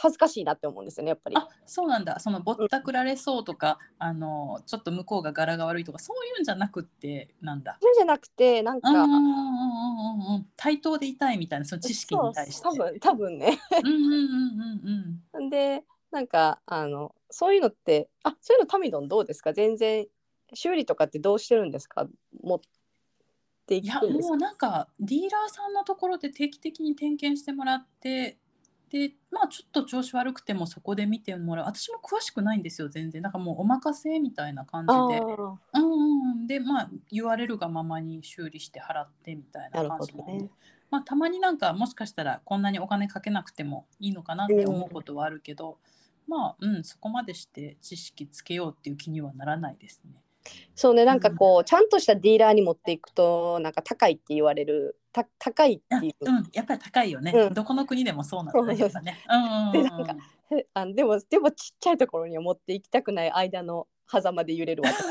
Speaker 2: 恥ずかしいなって思うんですよねやっぱり。
Speaker 3: あそうなんだそのぼったくられそうとか、あのちょっと向こうが柄が悪いとかそういうんじゃなくってなんだ
Speaker 2: それじゃなくてなん
Speaker 3: うんうんうん
Speaker 2: か
Speaker 3: うんうん対等でいたいみたいなその知識に対して
Speaker 2: そう多分多分ね。
Speaker 3: うんうんうん
Speaker 2: でなんかあのそういうのってあそういうのタミドンどうですか全然修理とかってどうしてるんですか持ってい
Speaker 3: いや
Speaker 2: くんです
Speaker 3: も
Speaker 2: か
Speaker 3: うなんかディーラーさんのところで定期的に点検してもらってでまあちょっと調子悪くてもそこで見てもらう私も詳しくないんですよ全然なんかもうお任せみたいな感じで
Speaker 2: あ
Speaker 3: うんうんうん、でまあ言われるがままに修理して払ってみたいな感じなん
Speaker 2: なる
Speaker 3: で、
Speaker 2: ほどね
Speaker 3: まあ、たまになんかもしかしたらこんなにお金かけなくてもいいのかなって思うことはあるけど、まあ、うん、そこまでして知識つけようっていう気にはならないですね。
Speaker 2: そうねなんかこうちゃんとしたディーラーに持っていくとなんか高いって言われるた高い
Speaker 3: あ
Speaker 2: っていう
Speaker 3: う、ん、やっぱり高いよね、
Speaker 2: うん
Speaker 3: どこの国でもそうなんだね。やっぱねうんうんうん
Speaker 2: でなんかへ あのでもでもちっちゃいところには持っていきたくない間の狭間で揺れ る私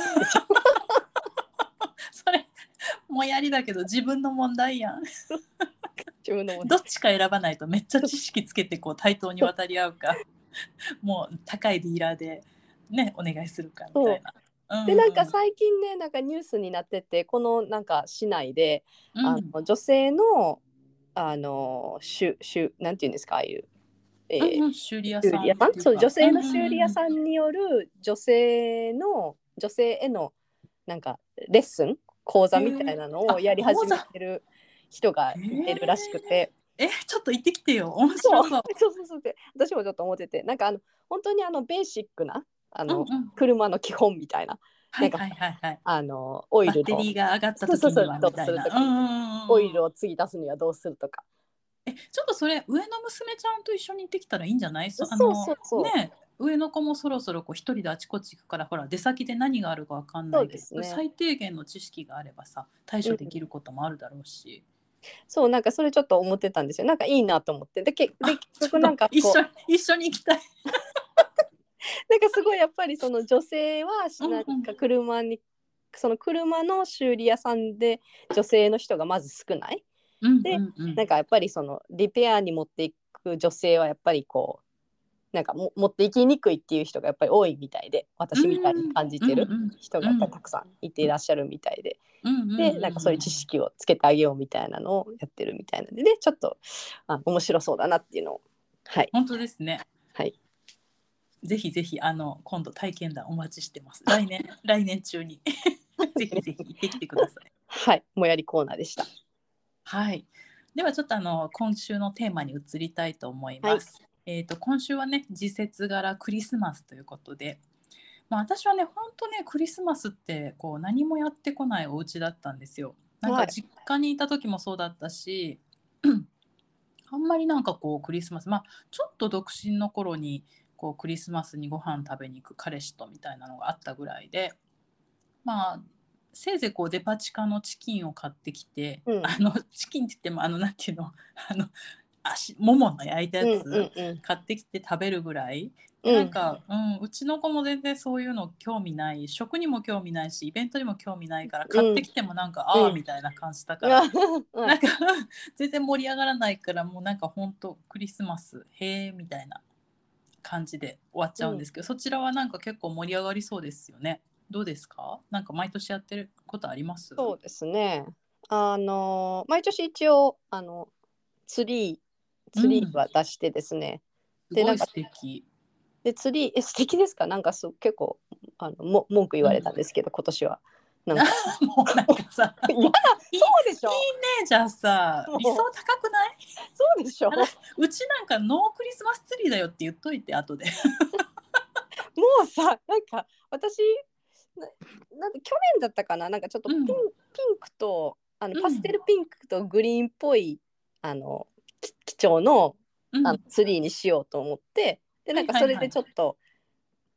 Speaker 3: それもやりだけど自分の問題やん。
Speaker 2: 自分のもの
Speaker 3: どっちか選ばないとめっちゃ知識つけてこう対等に渡り合うかもう高いディーラーでねお願いするかみたいな。うう
Speaker 2: でなんか最近ねなんかニュースになっててこのなんか市内で、
Speaker 3: うん
Speaker 2: あの女性のあの修修なんていうんですかああいう、えー
Speaker 3: うんうん修理屋さ
Speaker 2: 修
Speaker 3: ん
Speaker 2: 理屋さんそう女性の修理屋
Speaker 3: ん
Speaker 2: さんによる女性の女性へのなんかレッスン講座みたいなのをやり始めてる人がいてるらしくて、
Speaker 3: えちょっと行ってきてよ面
Speaker 2: そ
Speaker 3: 白
Speaker 2: う
Speaker 3: そう。
Speaker 2: そうそうそうって私もちょっと思っててなんかあの本当にあのベーシックなあ
Speaker 3: うんう
Speaker 2: の、
Speaker 3: ん
Speaker 2: 車の基本みたいな
Speaker 3: はい
Speaker 2: なんか
Speaker 3: はいはいはい。
Speaker 2: あのオイ
Speaker 3: バ
Speaker 2: ル
Speaker 3: ッテ
Speaker 2: の
Speaker 3: リーが上がった時にはみた
Speaker 2: そうそ
Speaker 3: い
Speaker 2: うそうどうすると
Speaker 3: な
Speaker 2: か
Speaker 3: うんうんうん。
Speaker 2: オイルを継ぎ足すにはどうするとか、
Speaker 3: えちょっとそれ上の娘ちゃんと一緒に行ってきたらいいんじゃない
Speaker 2: そう
Speaker 3: あの
Speaker 2: そうそう
Speaker 3: ね上の子もそろそろこう一人であちこち行くからほら出先で何があるかわかんないけ
Speaker 2: そ
Speaker 3: ど、
Speaker 2: うですね
Speaker 3: 最低限の知識があればさ対処できることもあるだろうし、
Speaker 2: そうなんかそれちょっと思ってたんですよなんかいいなと思ってでけで結
Speaker 3: ちょ
Speaker 2: 局
Speaker 3: っと
Speaker 2: なんかこう
Speaker 3: 一緒に一緒に行きたい
Speaker 2: なんかすごいやっぱりその女性はし
Speaker 3: うんうん
Speaker 2: なんか車にその車の修理屋さんで女性の人がまず少ない
Speaker 3: うん
Speaker 2: で
Speaker 3: うんうん
Speaker 2: なんかやっぱりそのリペアに持っていく女性はやっぱりこうなんかも持っていきにくいっていう人がやっぱり多いみたいで私みたいに感じてる
Speaker 3: うん
Speaker 2: 人がやっぱりたくさんいていらっしゃるみたいで
Speaker 3: うんうん
Speaker 2: でなんかそういう知識をつけてあげようみたいなのをやってるみたいなんででちょっとあ面白そうだなっていうのをはい
Speaker 3: 本当ですね
Speaker 2: はい
Speaker 3: ぜひぜひあの今度体験談お待ちしてます来年来年 中にぜひぜひ行ってきてください
Speaker 2: はいもやりコーナーでした。
Speaker 3: はい。ではちょっとあの今週のテーマに移りたいと思います。えっ、と今週はね時節柄クリスマスということで、まあ私はね本当ねクリスマスってこう何もやってこないお家だったんですよ。なん
Speaker 2: は
Speaker 3: か
Speaker 2: い
Speaker 3: 実家にいた時もそうだったし、 あんまりなんかこうクリスマスまあちょっと独身の頃にこうクリスマスにご飯食べに行く彼氏とみたいなのがあったぐらいでまあせいぜいこうデパ地下のチキンを買ってきて、
Speaker 2: うん
Speaker 3: あのチキンって言ってもあのなんていうの あの足ももの焼いた
Speaker 2: うん
Speaker 3: や
Speaker 2: う
Speaker 3: つ
Speaker 2: んうん
Speaker 3: 買ってきて食べるぐらい、
Speaker 2: うん
Speaker 3: なんか、うん、うちの子も全然そういうの興味ない食にも興味ないしイベントにも興味ないから買ってきてもなんか、
Speaker 2: うん
Speaker 3: あ
Speaker 2: う
Speaker 3: あ
Speaker 2: ん
Speaker 3: みたいな感じだか ら、
Speaker 2: うん
Speaker 3: なんか全然盛り上がらないからもうなんかほんとクリスマスへえみたいな感じで終わっちゃうんですけど、そちらはなんか結構盛り上がりそうですよね。どうですか？なんか毎年やってることあります？
Speaker 2: そうですね。あの毎年一応あのツリーツリーは出してですね。
Speaker 3: すご
Speaker 2: なん
Speaker 3: い
Speaker 2: か
Speaker 3: 素敵。
Speaker 2: でツリーえ素敵ですかなんかそう結構あのも文句言われたんですけど、今年は。なんか
Speaker 3: もうなんかさ、
Speaker 2: いや
Speaker 3: もう
Speaker 2: そうでしょ
Speaker 3: ねじゃあさ、
Speaker 2: もう
Speaker 3: 理想高くない？
Speaker 2: そうでしょ
Speaker 3: あ
Speaker 2: も
Speaker 3: らうちなんかノークリスマスツリーだよって言っといて後で。
Speaker 2: うさなんか私ななんで去年だったかななんかちょっとピン,、
Speaker 3: うん
Speaker 2: ピンクとあ
Speaker 3: う
Speaker 2: の
Speaker 3: ん
Speaker 2: パステルピンクとグリーンっぽい、あのき基調の
Speaker 3: うん
Speaker 2: あのツリーにしようと思ってでなんかそれでちょっと、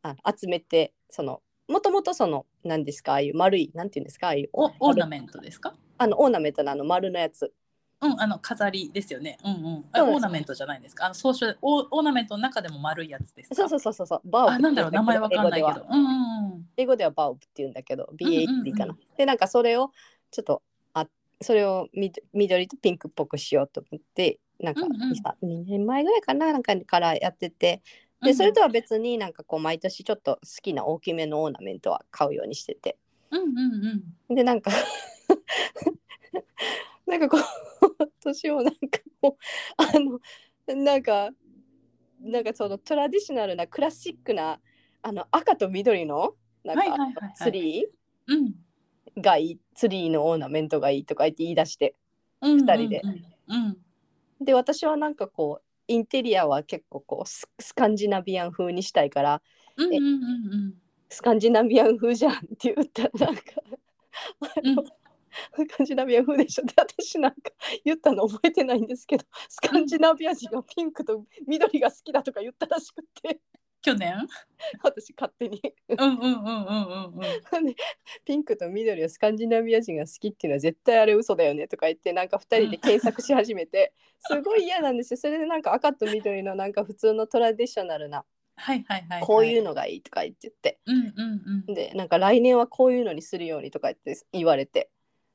Speaker 2: あの集めてそのもともとその何ですかああいう丸いなんていうんですかああいう
Speaker 3: おオーナメントですか？
Speaker 2: あのオーナメントのあの丸のやつ
Speaker 3: うん、あの飾りですよね。うんうん。あ
Speaker 2: そうです
Speaker 3: オーナメントじゃないですか。あの装飾オーオーナメントの中でも丸いやつですか。
Speaker 2: そうそうそうそうそうバウ
Speaker 3: あ、なんだろう、名前わかんない
Speaker 2: 英
Speaker 3: け
Speaker 2: 語では
Speaker 3: ど。うんうんうん。
Speaker 2: 英語ではバウプって言うんだけど
Speaker 3: んうん
Speaker 2: BAP かな、でなんかそれをちょっとあそれをみど緑とピンクっぽくしようと思ってなんか
Speaker 3: うんうん
Speaker 2: 2年前ぐらいかななんかからやっててでそれとは別になんかこう毎年ちょっと好きな大きめのオーナメントは買うようにしてて
Speaker 3: うんうんうん。
Speaker 2: でなんか なんかこう年をなんかこうあのなんかなんかそのトラディショナルなクラシックなあの赤と緑のなんか、
Speaker 3: はいはいはいはい
Speaker 2: ツリ
Speaker 3: うん。
Speaker 2: ーがいいツリーのオーナメントがいいとか言って言い出して
Speaker 3: うんうんうん
Speaker 2: 二人で。
Speaker 3: うん。
Speaker 2: で私はなんかこうインテリアは結構こうススカンジナビアン風にしたいから
Speaker 3: うんうん
Speaker 2: スカンジナビアン風じゃんって言ったらなんかあ
Speaker 3: うんうん
Speaker 2: の、スカンジナビアン風でしょって私なんか言ったの覚えてないんですけどスカンジナビア人がピンクと緑が好きだとか言ったらしくて
Speaker 3: 去年
Speaker 2: 私勝手に
Speaker 3: うんうんうんうんうんうん
Speaker 2: でピンクと緑はスカンジナビア人が好きっていうのは絶対あれ嘘だよねとか言ってなんか2人で検索し始めてすごい嫌なんですよそれでなんか赤と緑のなんか普通のトラディショナルな
Speaker 3: はいはいはい、はい、
Speaker 2: こういうのがいいとか言って言
Speaker 3: うんうんうん
Speaker 2: ってでなんか来年はこういうのにするようにとか言って言われて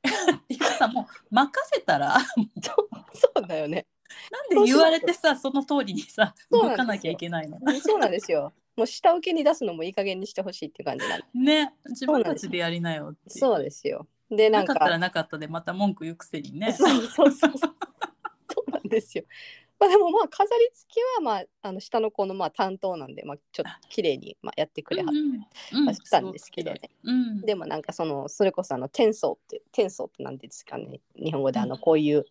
Speaker 3: っていうかさもう任せ たら
Speaker 2: そうだよね
Speaker 3: なんで言われてさその通りにさ
Speaker 2: そうなんで
Speaker 3: 動
Speaker 2: すよ
Speaker 3: かなきゃいけないの
Speaker 2: そうなんですよもう下請けに出すのもいい加減にしてほしいっていう感じなんで
Speaker 3: ね自
Speaker 2: そうな
Speaker 3: 分
Speaker 2: ん
Speaker 3: た
Speaker 2: です
Speaker 3: ちでやりなよっていう
Speaker 2: そうですよでな
Speaker 3: なんか
Speaker 2: か
Speaker 3: ったらなかったでまた文句言うくせにね
Speaker 2: そうそうそう そう。そうなんですよ。まあでもまあ飾り付きはまああの下の子のまあ担当なんでまあちょっと綺麗にまあやってくれはっ
Speaker 3: うんうんう
Speaker 2: まあ
Speaker 3: ん、
Speaker 2: したんですけどね
Speaker 3: すごい綺麗うん、
Speaker 2: でもなんかそのそれこそあの天層って天層って何ですかね日本語であ
Speaker 3: う
Speaker 2: の
Speaker 3: ん
Speaker 2: こういう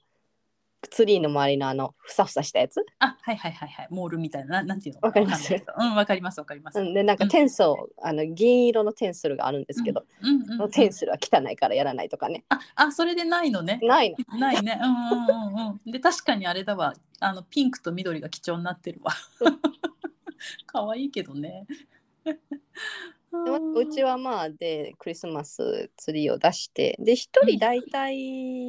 Speaker 2: ツリーの周りのあのふさふさしたやつ、
Speaker 3: あはいはいはいはいモールみたいなななんていうの
Speaker 2: わかります
Speaker 3: わんないけどうんわかりますわかります、
Speaker 2: うん、でなんか天層あの銀色のテンスルがあるんですけど、
Speaker 3: うんうん
Speaker 2: そ
Speaker 3: うん
Speaker 2: のテンスルは汚いからやらないとかね
Speaker 3: ああそれでないのね
Speaker 2: ないの
Speaker 3: ないねうんうんうんうんで確かにあれだわあのピンクと緑が貴重になってるわ 可愛いけどね
Speaker 2: でまうち
Speaker 3: は
Speaker 2: はまあでクリスマスツリーを出してで1人大体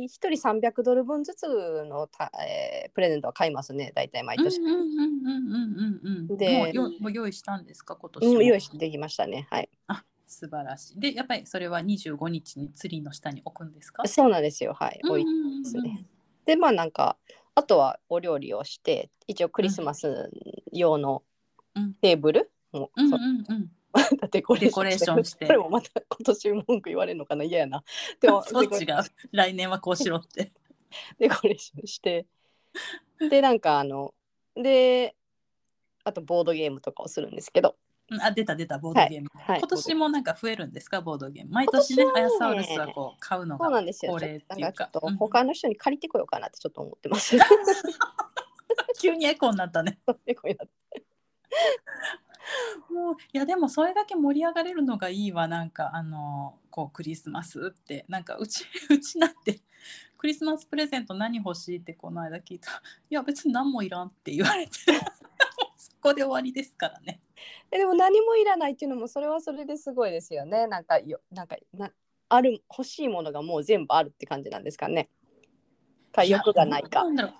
Speaker 2: 1人300ドル分ずつのた、えープレゼントは買いますね大体毎
Speaker 3: うんうん
Speaker 2: 年、
Speaker 3: うんうんうんうん
Speaker 2: で
Speaker 3: もうよもう用意したんですか今
Speaker 2: うん
Speaker 3: 年は
Speaker 2: 用意してきましたねはい
Speaker 3: あ素晴らしいでやっぱりそれは25日にツリーの下に置くんですか
Speaker 2: そうなんですよはい、
Speaker 3: うんう
Speaker 2: お
Speaker 3: ん
Speaker 2: い
Speaker 3: うんうん
Speaker 2: ですねでまあなんかあとはお料理をして一応クリスマス用の
Speaker 3: うん
Speaker 2: テーブルも
Speaker 3: うんう
Speaker 2: そ
Speaker 3: んうん
Speaker 2: うデコレーションして
Speaker 3: デコレーションして
Speaker 2: これもまた今年文句言われるのかな嫌やなでも
Speaker 3: そう違う来年はこうしろって
Speaker 2: デコレーションしてでなんかあのであとボードゲームとかをするんですけど
Speaker 3: うんあ出た出たボードゲーム、
Speaker 2: はい
Speaker 3: 今年もなんか増えるんですかボードゲーム毎年ね
Speaker 2: 今
Speaker 3: ア
Speaker 2: 年
Speaker 3: ヤ
Speaker 2: はね
Speaker 3: サウルスはこう買うの
Speaker 2: そうな
Speaker 3: が
Speaker 2: んですよ
Speaker 3: 恒
Speaker 2: ちょ
Speaker 3: 例
Speaker 2: っ
Speaker 3: っ
Speaker 2: と
Speaker 3: てい
Speaker 2: なん
Speaker 3: う
Speaker 2: か
Speaker 3: か
Speaker 2: ちょっと
Speaker 3: うん
Speaker 2: 他の人に借りてこようかなってちょっと思ってます
Speaker 3: 急にエコになったねもういやでもそれだけ盛り上がれるのがいいわなんかあのこうクリスマスってなんかうち うちなんてクリスマスプレゼント何欲しいってこの間聞いたいや別に何もいらんって言われて そこで終わりですからね
Speaker 2: えでも何もいらないっていうのもそれはそれですごいですよねなんかよなんかなある欲しいものがもう全部あるって感じなんですかねか欲がないか
Speaker 3: やんだろう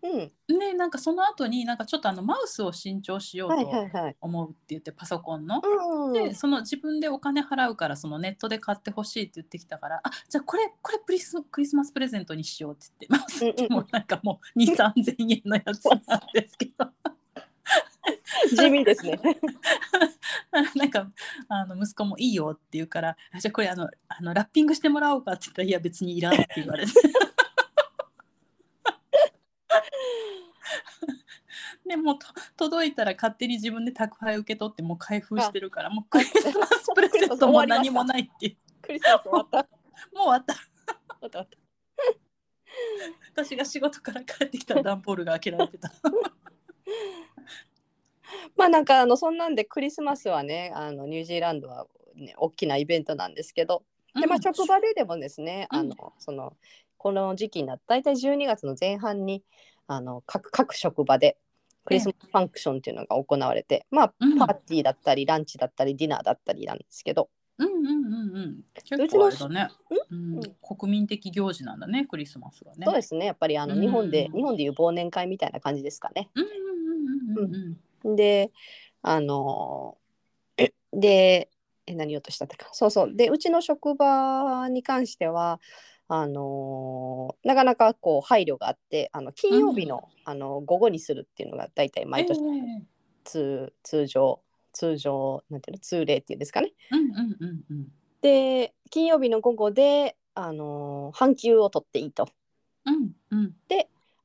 Speaker 2: うん
Speaker 3: でねなんかその後になんかちょっとあのマウスを新調しよう
Speaker 2: はいは
Speaker 3: と
Speaker 2: いはい
Speaker 3: 思うって言ってパソコンの、
Speaker 2: うん
Speaker 3: でその自分でお金払うからそのネットで買ってほしいって言ってきたからあじゃあこれこれプリスクリスマスプレゼントにしようって言って、
Speaker 2: うんうんうん
Speaker 3: もうなんかもう2 3 0 0円のやつなんですけど
Speaker 2: 地味ですね
Speaker 3: なんかあの息子もいいよって言うからあじゃあこれあのあのラッピングしてもらおうかって言ったらいや別にいらんって言われて。 でもうと届いたら勝手に自分で宅配受け取ってもう開封してるからもうクリスマスプレゼントも何もないっていう
Speaker 2: クリスマス終わった
Speaker 3: もう終わった
Speaker 2: 終わった終わった
Speaker 3: 私が仕事から帰ってきたら段ボールが開けら れてた。
Speaker 2: まあなんかあのそんなんでクリスマスはねあのニュージーランドは、ね、大きなイベントなんですけどで、まあ、職場ででもですね、
Speaker 3: うん
Speaker 2: あのそのこの時期になった大体12月の前半にあの各各職場でクリスマスファンクションっていうのが行われて、まあ、
Speaker 3: うん
Speaker 2: パーティーだったりランチだったりディナーだったりなんですけど、
Speaker 3: うんうんうんうん。
Speaker 2: の
Speaker 3: 結構あれだね。うん、国民的行事なんだね、クリスマスはね
Speaker 2: そう。ですねやっぱりあの
Speaker 3: うん
Speaker 2: 日本で、日本でいう忘年会みたいな感じですかね。
Speaker 3: うんうんうんうんうん
Speaker 2: であの えでえ何をとしたってかそうそうでうちの職場に関してはあのなかなかこう配慮があってあの金曜日の,、あの午後にするっていうのが大体
Speaker 3: うん。え
Speaker 2: 毎年
Speaker 3: え
Speaker 2: 通,、通常通常なんていうの通例っていうんですかね。
Speaker 3: うんうんうんうん。
Speaker 2: で金曜日の午後で、あの半休を取っていいと。
Speaker 3: うんうん。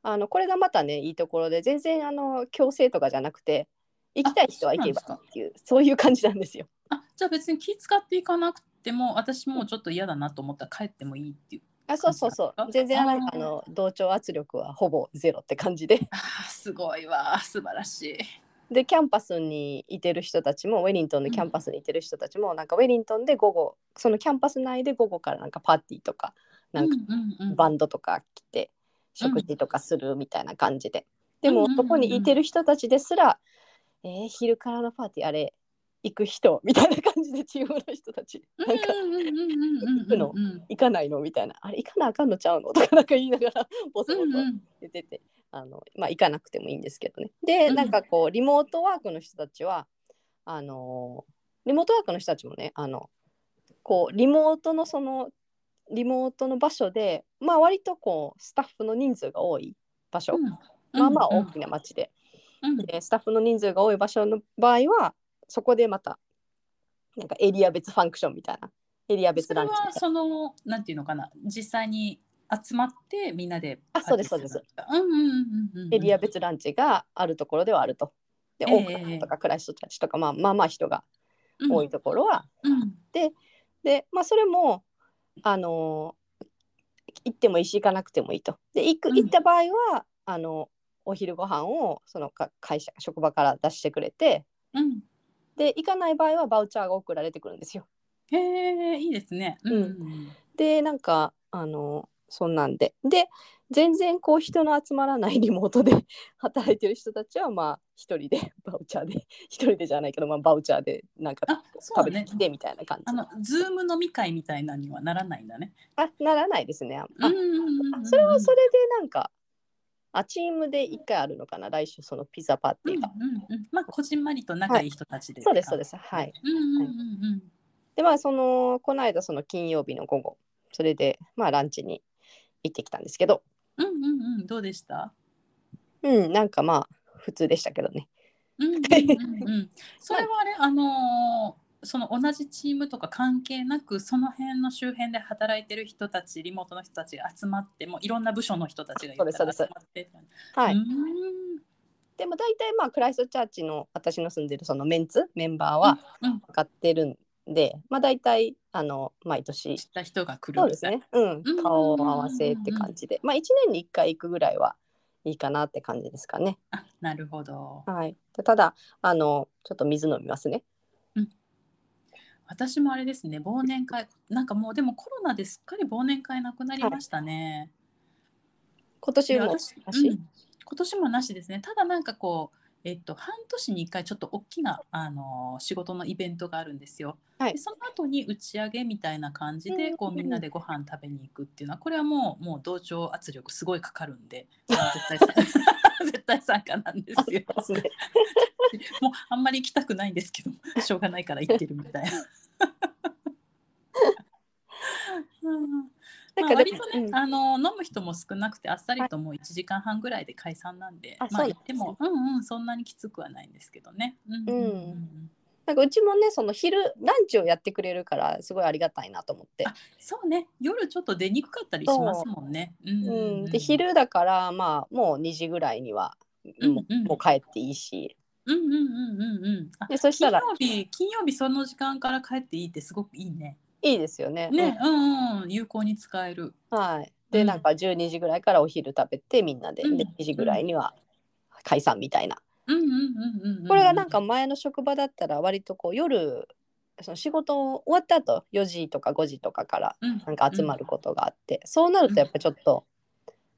Speaker 2: あのこれがまたねいいところで全然あの強制とかじゃなくて行きたい人は行けばいいっていうそういう感じなんですよ。
Speaker 3: あ、じゃあ別に気使っていかなくても、私もうちょっと嫌だなと思ったら帰ってもいいっていう。
Speaker 2: ああそうそうそう
Speaker 3: あ
Speaker 2: 全然あの
Speaker 3: あー
Speaker 2: あの同調圧力はほぼゼロって感じで
Speaker 3: あーすごいわ素晴らしい。
Speaker 2: でキャンパスにいてる人たちもウェリントンでキャンパスにいてる人たちも、なんかウェリントンで午後そのキャンパス内で午後からなんかパーティーとかなんか
Speaker 3: うんうんうん
Speaker 2: バンドとか来て食事とかするみたいな感じで、で
Speaker 3: うんうん
Speaker 2: も
Speaker 3: うん
Speaker 2: そこにいてる人たちですら、えー昼からのパーティーあれ行く人みたいな感じでチームの人たち
Speaker 3: う
Speaker 2: なんか
Speaker 3: んうんうんうんうんうん
Speaker 2: 行くの
Speaker 3: うんうん
Speaker 2: 行かないのみたいなあれ行かなあかんのちゃうのとかなんか言いながらボソボソ
Speaker 3: うんうん
Speaker 2: 出ててあの、まあ、行かなくてもいいんですけどね。で
Speaker 3: うん
Speaker 2: なんかこうリモートワークの人たちはあのリモートワークの人たちもねあのこうリモートのそのリモートの場所で、まあ、割とこうスタッフの人数が多い場所、
Speaker 3: うん
Speaker 2: まあまあ
Speaker 3: うん
Speaker 2: 大
Speaker 3: うん
Speaker 2: きな町で,、
Speaker 3: うん
Speaker 2: でスタッフの人数が多い場所の場合はそこでまたなんかエリア別ファンクションみたいなエリア別
Speaker 3: それ
Speaker 2: ランチみたい
Speaker 3: は
Speaker 2: な
Speaker 3: そのなんていうのかな実際に集まってみんなで
Speaker 2: あそうですそうです
Speaker 3: うんうんうんうんうん
Speaker 2: エリア別ランチがあるところではあると。で、
Speaker 3: ええ
Speaker 2: オークランドとかクライストチャーチとか、まあ、まあまあ人が多いところは。
Speaker 3: うんうん
Speaker 2: で、まあ、それも、あのー行ってもいいし、行かなくてもいいと。で、行く
Speaker 3: うん
Speaker 2: 行った場合は、あのお昼ご飯をそのか会社、職場から出してくれて、
Speaker 3: うん
Speaker 2: で、行かない場合はバウチャーが送られてくるんですよ。
Speaker 3: へえいいですねうんうん
Speaker 2: で、なんか、あのーそんなんで。で、全然こう人の集まらないリモートで 働いてる人たちは、まあ、一人で、バウチャーで、一人でじゃないけど、まあ、バウチャーで、なんか
Speaker 3: あそ
Speaker 2: 食
Speaker 3: うだ
Speaker 2: べ
Speaker 3: ね
Speaker 2: てきてみたいな感じ。
Speaker 3: あのズーム飲み会みたいなにはならないんだね
Speaker 2: あならないですね。あ、
Speaker 3: うんうんうんうん
Speaker 2: それはそれでなんか、あ、チームで一回あるのかな、来週そのピザパー
Speaker 3: う
Speaker 2: テ
Speaker 3: んう
Speaker 2: ィ
Speaker 3: ん
Speaker 2: ーが。
Speaker 3: うんまあこじんまりと仲いい人たちで
Speaker 2: そうです、そうですす。はい。
Speaker 3: うんうんうん
Speaker 2: で、まあ、その、この間、その金曜日の午後、それで、まあ、ランチに行ってきたんですけど、
Speaker 3: うんうんうんうんどうでした
Speaker 2: うん、なんかまあ、普通でしたけどね。
Speaker 3: うんうんうん うんそれはあれ、あのーその同じチームとか関係なくその辺の周辺で働いてる人たちリモートの人たちが集まってもういろんな部署の人たちがいるか
Speaker 2: そうで
Speaker 3: ら
Speaker 2: す
Speaker 3: 集
Speaker 2: そ
Speaker 3: ま
Speaker 2: う
Speaker 3: って
Speaker 2: はい。
Speaker 3: うーん
Speaker 2: でも、大体、まあ、クライストチャーチの私の住んでるそのメンツ、メンバーは
Speaker 3: うん
Speaker 2: 分かってるんで、まあ、大体、あの、毎年、
Speaker 3: 知った人が来る
Speaker 2: そうですね。うん
Speaker 3: うん。
Speaker 2: 顔を合わせって感じで。まあ、1年に1回行くぐらいはいいかなって感じですかね。
Speaker 3: あなるほど
Speaker 2: はい。でただ、あの、ちょっと水飲みますね。
Speaker 3: 私もあれですね忘年会なんかもうでもコロナですっかり忘年会なくなりましたね、
Speaker 2: 今年
Speaker 3: で
Speaker 2: も。
Speaker 3: 私
Speaker 2: なし
Speaker 3: うん今年もなしですねただなんかこうえっと、半年に1回ちょっと大きな、あの仕事のイベントがあるんですよ。
Speaker 2: はい
Speaker 3: でその後に打ち上げみたいな感じで
Speaker 2: うん
Speaker 3: こうみんなでご飯食べに行くっていうのはこれはもうもう同調圧力すごいかかるんで絶対さ 絶対参加なんですよ。
Speaker 2: そうですね
Speaker 3: もうあんまり行きたくないんですけどしょうがないから行ってるみ たいな。うん
Speaker 2: なん
Speaker 3: まあ、
Speaker 2: かで
Speaker 3: 割
Speaker 2: も
Speaker 3: とね、
Speaker 2: うん
Speaker 3: あの飲む人も少なくてあっさりともう1時間半ぐらいで解散なんで、
Speaker 2: あ
Speaker 3: まあ
Speaker 2: そうなんで
Speaker 3: 行っ
Speaker 2: す
Speaker 3: て
Speaker 2: ね
Speaker 3: もうんうんそんなにきつくはないんですけどね。うんうんうん
Speaker 2: う
Speaker 3: う
Speaker 2: んなんかうちもね、その昼、ランチをやってくれるから、すごいありがたいなと思って。
Speaker 3: そうね夜ちょっと出にくかったりしますもんね。う
Speaker 2: う
Speaker 3: んうん
Speaker 2: ん。
Speaker 3: うん
Speaker 2: で、昼だから、まあ、もう2時ぐらいには、も
Speaker 3: うんう
Speaker 2: う
Speaker 3: ん
Speaker 2: もう帰っていいし。
Speaker 3: うんうんうんうんうんあ
Speaker 2: で、そした
Speaker 3: 金
Speaker 2: ら、
Speaker 3: 曜日金曜日その時間から帰っていいってすごくいいね。
Speaker 2: いいですよね。
Speaker 3: ね、うんうん、有効に使える。
Speaker 2: うんはい。
Speaker 3: う
Speaker 2: で、
Speaker 3: ん
Speaker 2: なんか12時ぐらいからお昼食べて、みんなで、で、
Speaker 3: うん
Speaker 2: 2時ぐらいには解散みたいな。
Speaker 3: うんうんうんうんうん、
Speaker 2: これがなんか前の職場だったら割とこう夜その仕事終わった後4時とか5時とかから
Speaker 3: うん、
Speaker 2: なんか集まることがあって、そうなるとやっぱちょっと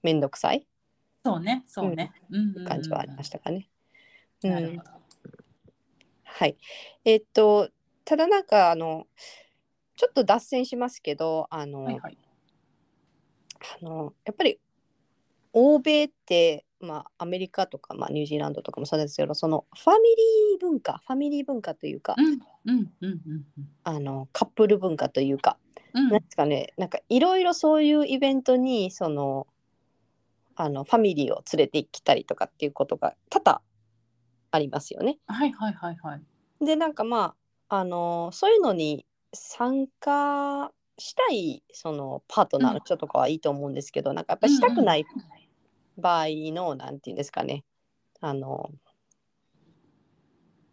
Speaker 2: 面倒くさい
Speaker 3: そうね、そうね。うんうんうん
Speaker 2: 感じはありましたかね。うん
Speaker 3: なるほど。
Speaker 2: はい、えっとただなんかあのちょっと脱線しますけどあの、
Speaker 3: はいはい。
Speaker 2: あのやっぱり欧米って、まあ、アメリカとか、まあ、ニュージーランドとかもそうですけどそのファミリー文化ファミリー文化というか、
Speaker 3: うんうんうんうん
Speaker 2: あのカップル文化というか
Speaker 3: うん。
Speaker 2: な
Speaker 3: う
Speaker 2: ん
Speaker 3: ん
Speaker 2: ですかねなんかいろいろそういうイベントにそのあのファミリーを連れてきたりとかっていうことが多々ありますよね。
Speaker 3: はいはいはいはい。
Speaker 2: でなんかまああのそういうのに参加したいそのパートナーの人とかはいいと思うんですけど、なんかやっぱしたくない場合の、なんていうんですかねあの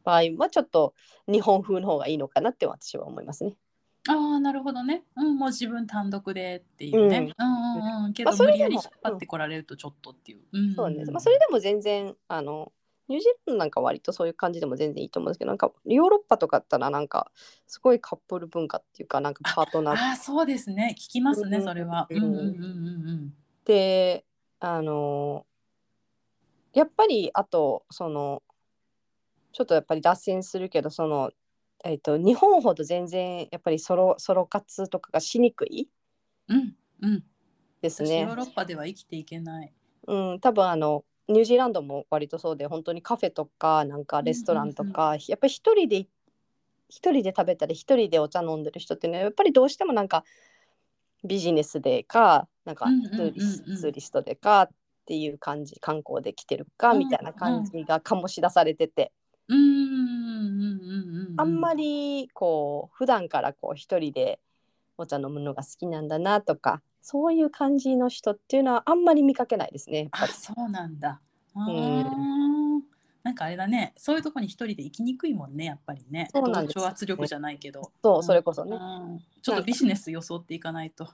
Speaker 2: 場合はちょっと日本風の方がいいのかなって私は思いますね。
Speaker 3: ああなるほどね、うん、もう自分単独でっていうね、うん、うんうんけど、
Speaker 2: まあそれ
Speaker 3: 無理
Speaker 2: でも
Speaker 3: やり引っ張ってこられるとちょっとっていう、うん、
Speaker 2: そうね。まあ、それでも全然、あの、ニュージーランドなんか割とそういう感じでも全然いいと思うんですけど、なんかヨーロッパとかだったらなんかすごいカップル文化っていうか、なんかパートナーっ
Speaker 3: ああそうですね聞きますね
Speaker 2: うん
Speaker 3: それは、うん、うんうんうん
Speaker 2: て、あの、やっぱりあと、その、ちょっとやっぱり脱線するけど、その、えっと、日本ほど全然やっぱりソロソロ活とかがしにくい
Speaker 3: うんうんうん
Speaker 2: です
Speaker 3: 私
Speaker 2: ね
Speaker 3: ヨー。ロッパでは生きていけない
Speaker 2: うん、多分あのニュージーランドも割とそうで本当にカフェとかなんかレストランとか、やっぱり一人で一人で食べたり一人でお茶飲んでる人ってねやっぱりどうしてもなんかビジネスでかなんか
Speaker 3: うんうんうんうん
Speaker 2: ツーリスツーリストでかっていう感じ観光で来てるか
Speaker 3: うん
Speaker 2: みたいな感じが醸し出されてて、
Speaker 3: うんうんうんうんうん
Speaker 2: あんま
Speaker 3: り
Speaker 2: りこう普段からこう一人でお茶飲むのが好きなんだなとかそういう感じの人っていうのはあんまり見かけないですねやっぱ
Speaker 3: あ
Speaker 2: り。
Speaker 3: そうなんだあ
Speaker 2: ん
Speaker 3: ーなんかあれだねそういうとこに一人で生きにくいもんねやっぱりね
Speaker 2: そうなんです
Speaker 3: 同調圧力じゃないけど
Speaker 2: そうそれこそね、
Speaker 3: うんちょっとビジネス装っていかないと。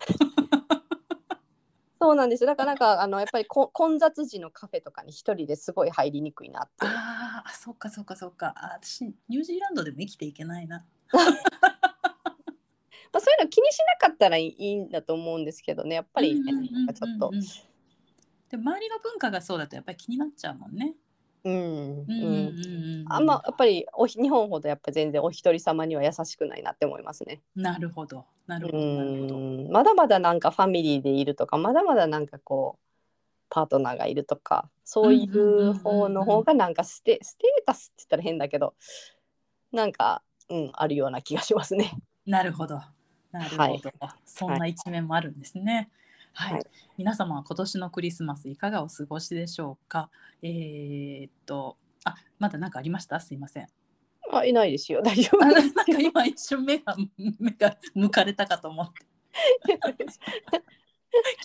Speaker 2: そうなんですよだからなんかあのやっぱりこ混雑時のカフェとかに一人ですごい入りにくいなっていう
Speaker 3: あーあ、そうかそうかそうか。あ私、ニュージーランドでも生きていけないな。
Speaker 2: まあ、そういうの気にしなかったらいいんだと思うんですけどねやっぱりね、
Speaker 3: うんうんうんうん
Speaker 2: なんかちょっと
Speaker 3: うんでも周りの文化がそうだとやっぱり気になっちゃうもんね。
Speaker 2: うん、
Speaker 3: うんう
Speaker 2: う
Speaker 3: んうんんうん、
Speaker 2: あんまやっぱりお日本ほどやっぱ全然お一人様には優しくないなって思いますね。
Speaker 3: なるほど。なるほ
Speaker 2: う
Speaker 3: ど。なるほど。
Speaker 2: んまだまだなんかファミリーでいるとかまだまだなんかこうパートナーがいるとかそうい
Speaker 3: んうんうんうん
Speaker 2: う
Speaker 3: う
Speaker 2: ん方の方がなんかステステータスって言ったら変だけどなんか、うん、あるような気がしますね。
Speaker 3: なるほど。なるほど。そんな一面もあるんですね。はい、
Speaker 2: はい
Speaker 3: 皆様は今年のクリスマスいかがお過ごしでしょうか。えー、っと、あ、まだなんかありました。すいません。
Speaker 2: あいないですよ大丈夫
Speaker 3: あ
Speaker 2: で
Speaker 3: な
Speaker 2: す
Speaker 3: んか今一瞬目が目が向かれたかと 思って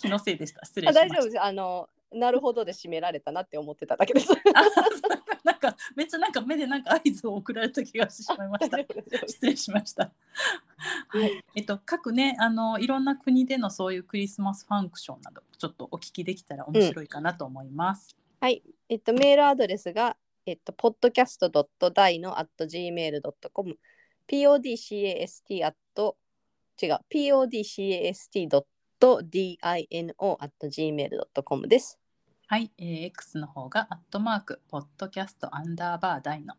Speaker 3: 気のせいでした。失礼
Speaker 2: あ
Speaker 3: しま
Speaker 2: 大
Speaker 3: し
Speaker 2: 丈夫
Speaker 3: た。
Speaker 2: です。あの、なるほどで締められたなって思ってただけ です。
Speaker 3: あそうなんかめっちゃなんか目でなんか合図を送られた気がしてしまいま
Speaker 2: 大
Speaker 3: した
Speaker 2: 丈。夫です。
Speaker 3: 失礼しました。はい、えっと各ねあのいろんな国でのそういうクリスマスファンクションなどちょっとお聞きできたら面白いかなと思います。
Speaker 2: えっと、メールアドレスが、えっと、podcast.dai の at gmail.com、podcast 違う、podcast.dino at gmail.com です。
Speaker 3: はい、えー X の方がアットマークポッドキャストアンダーバーダイの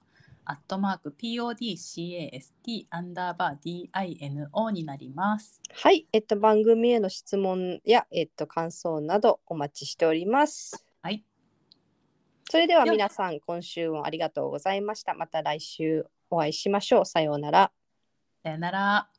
Speaker 3: アットマーク PODCAST アンダーバー DINO になります。
Speaker 2: はい、えっと、番組への質問や、えっと、感想などお待ちしております。
Speaker 3: はい、
Speaker 2: それでは
Speaker 3: では
Speaker 2: 皆さん、今週もありがとうございました。また来週お会いしましょう。さようなら。
Speaker 3: さよなら。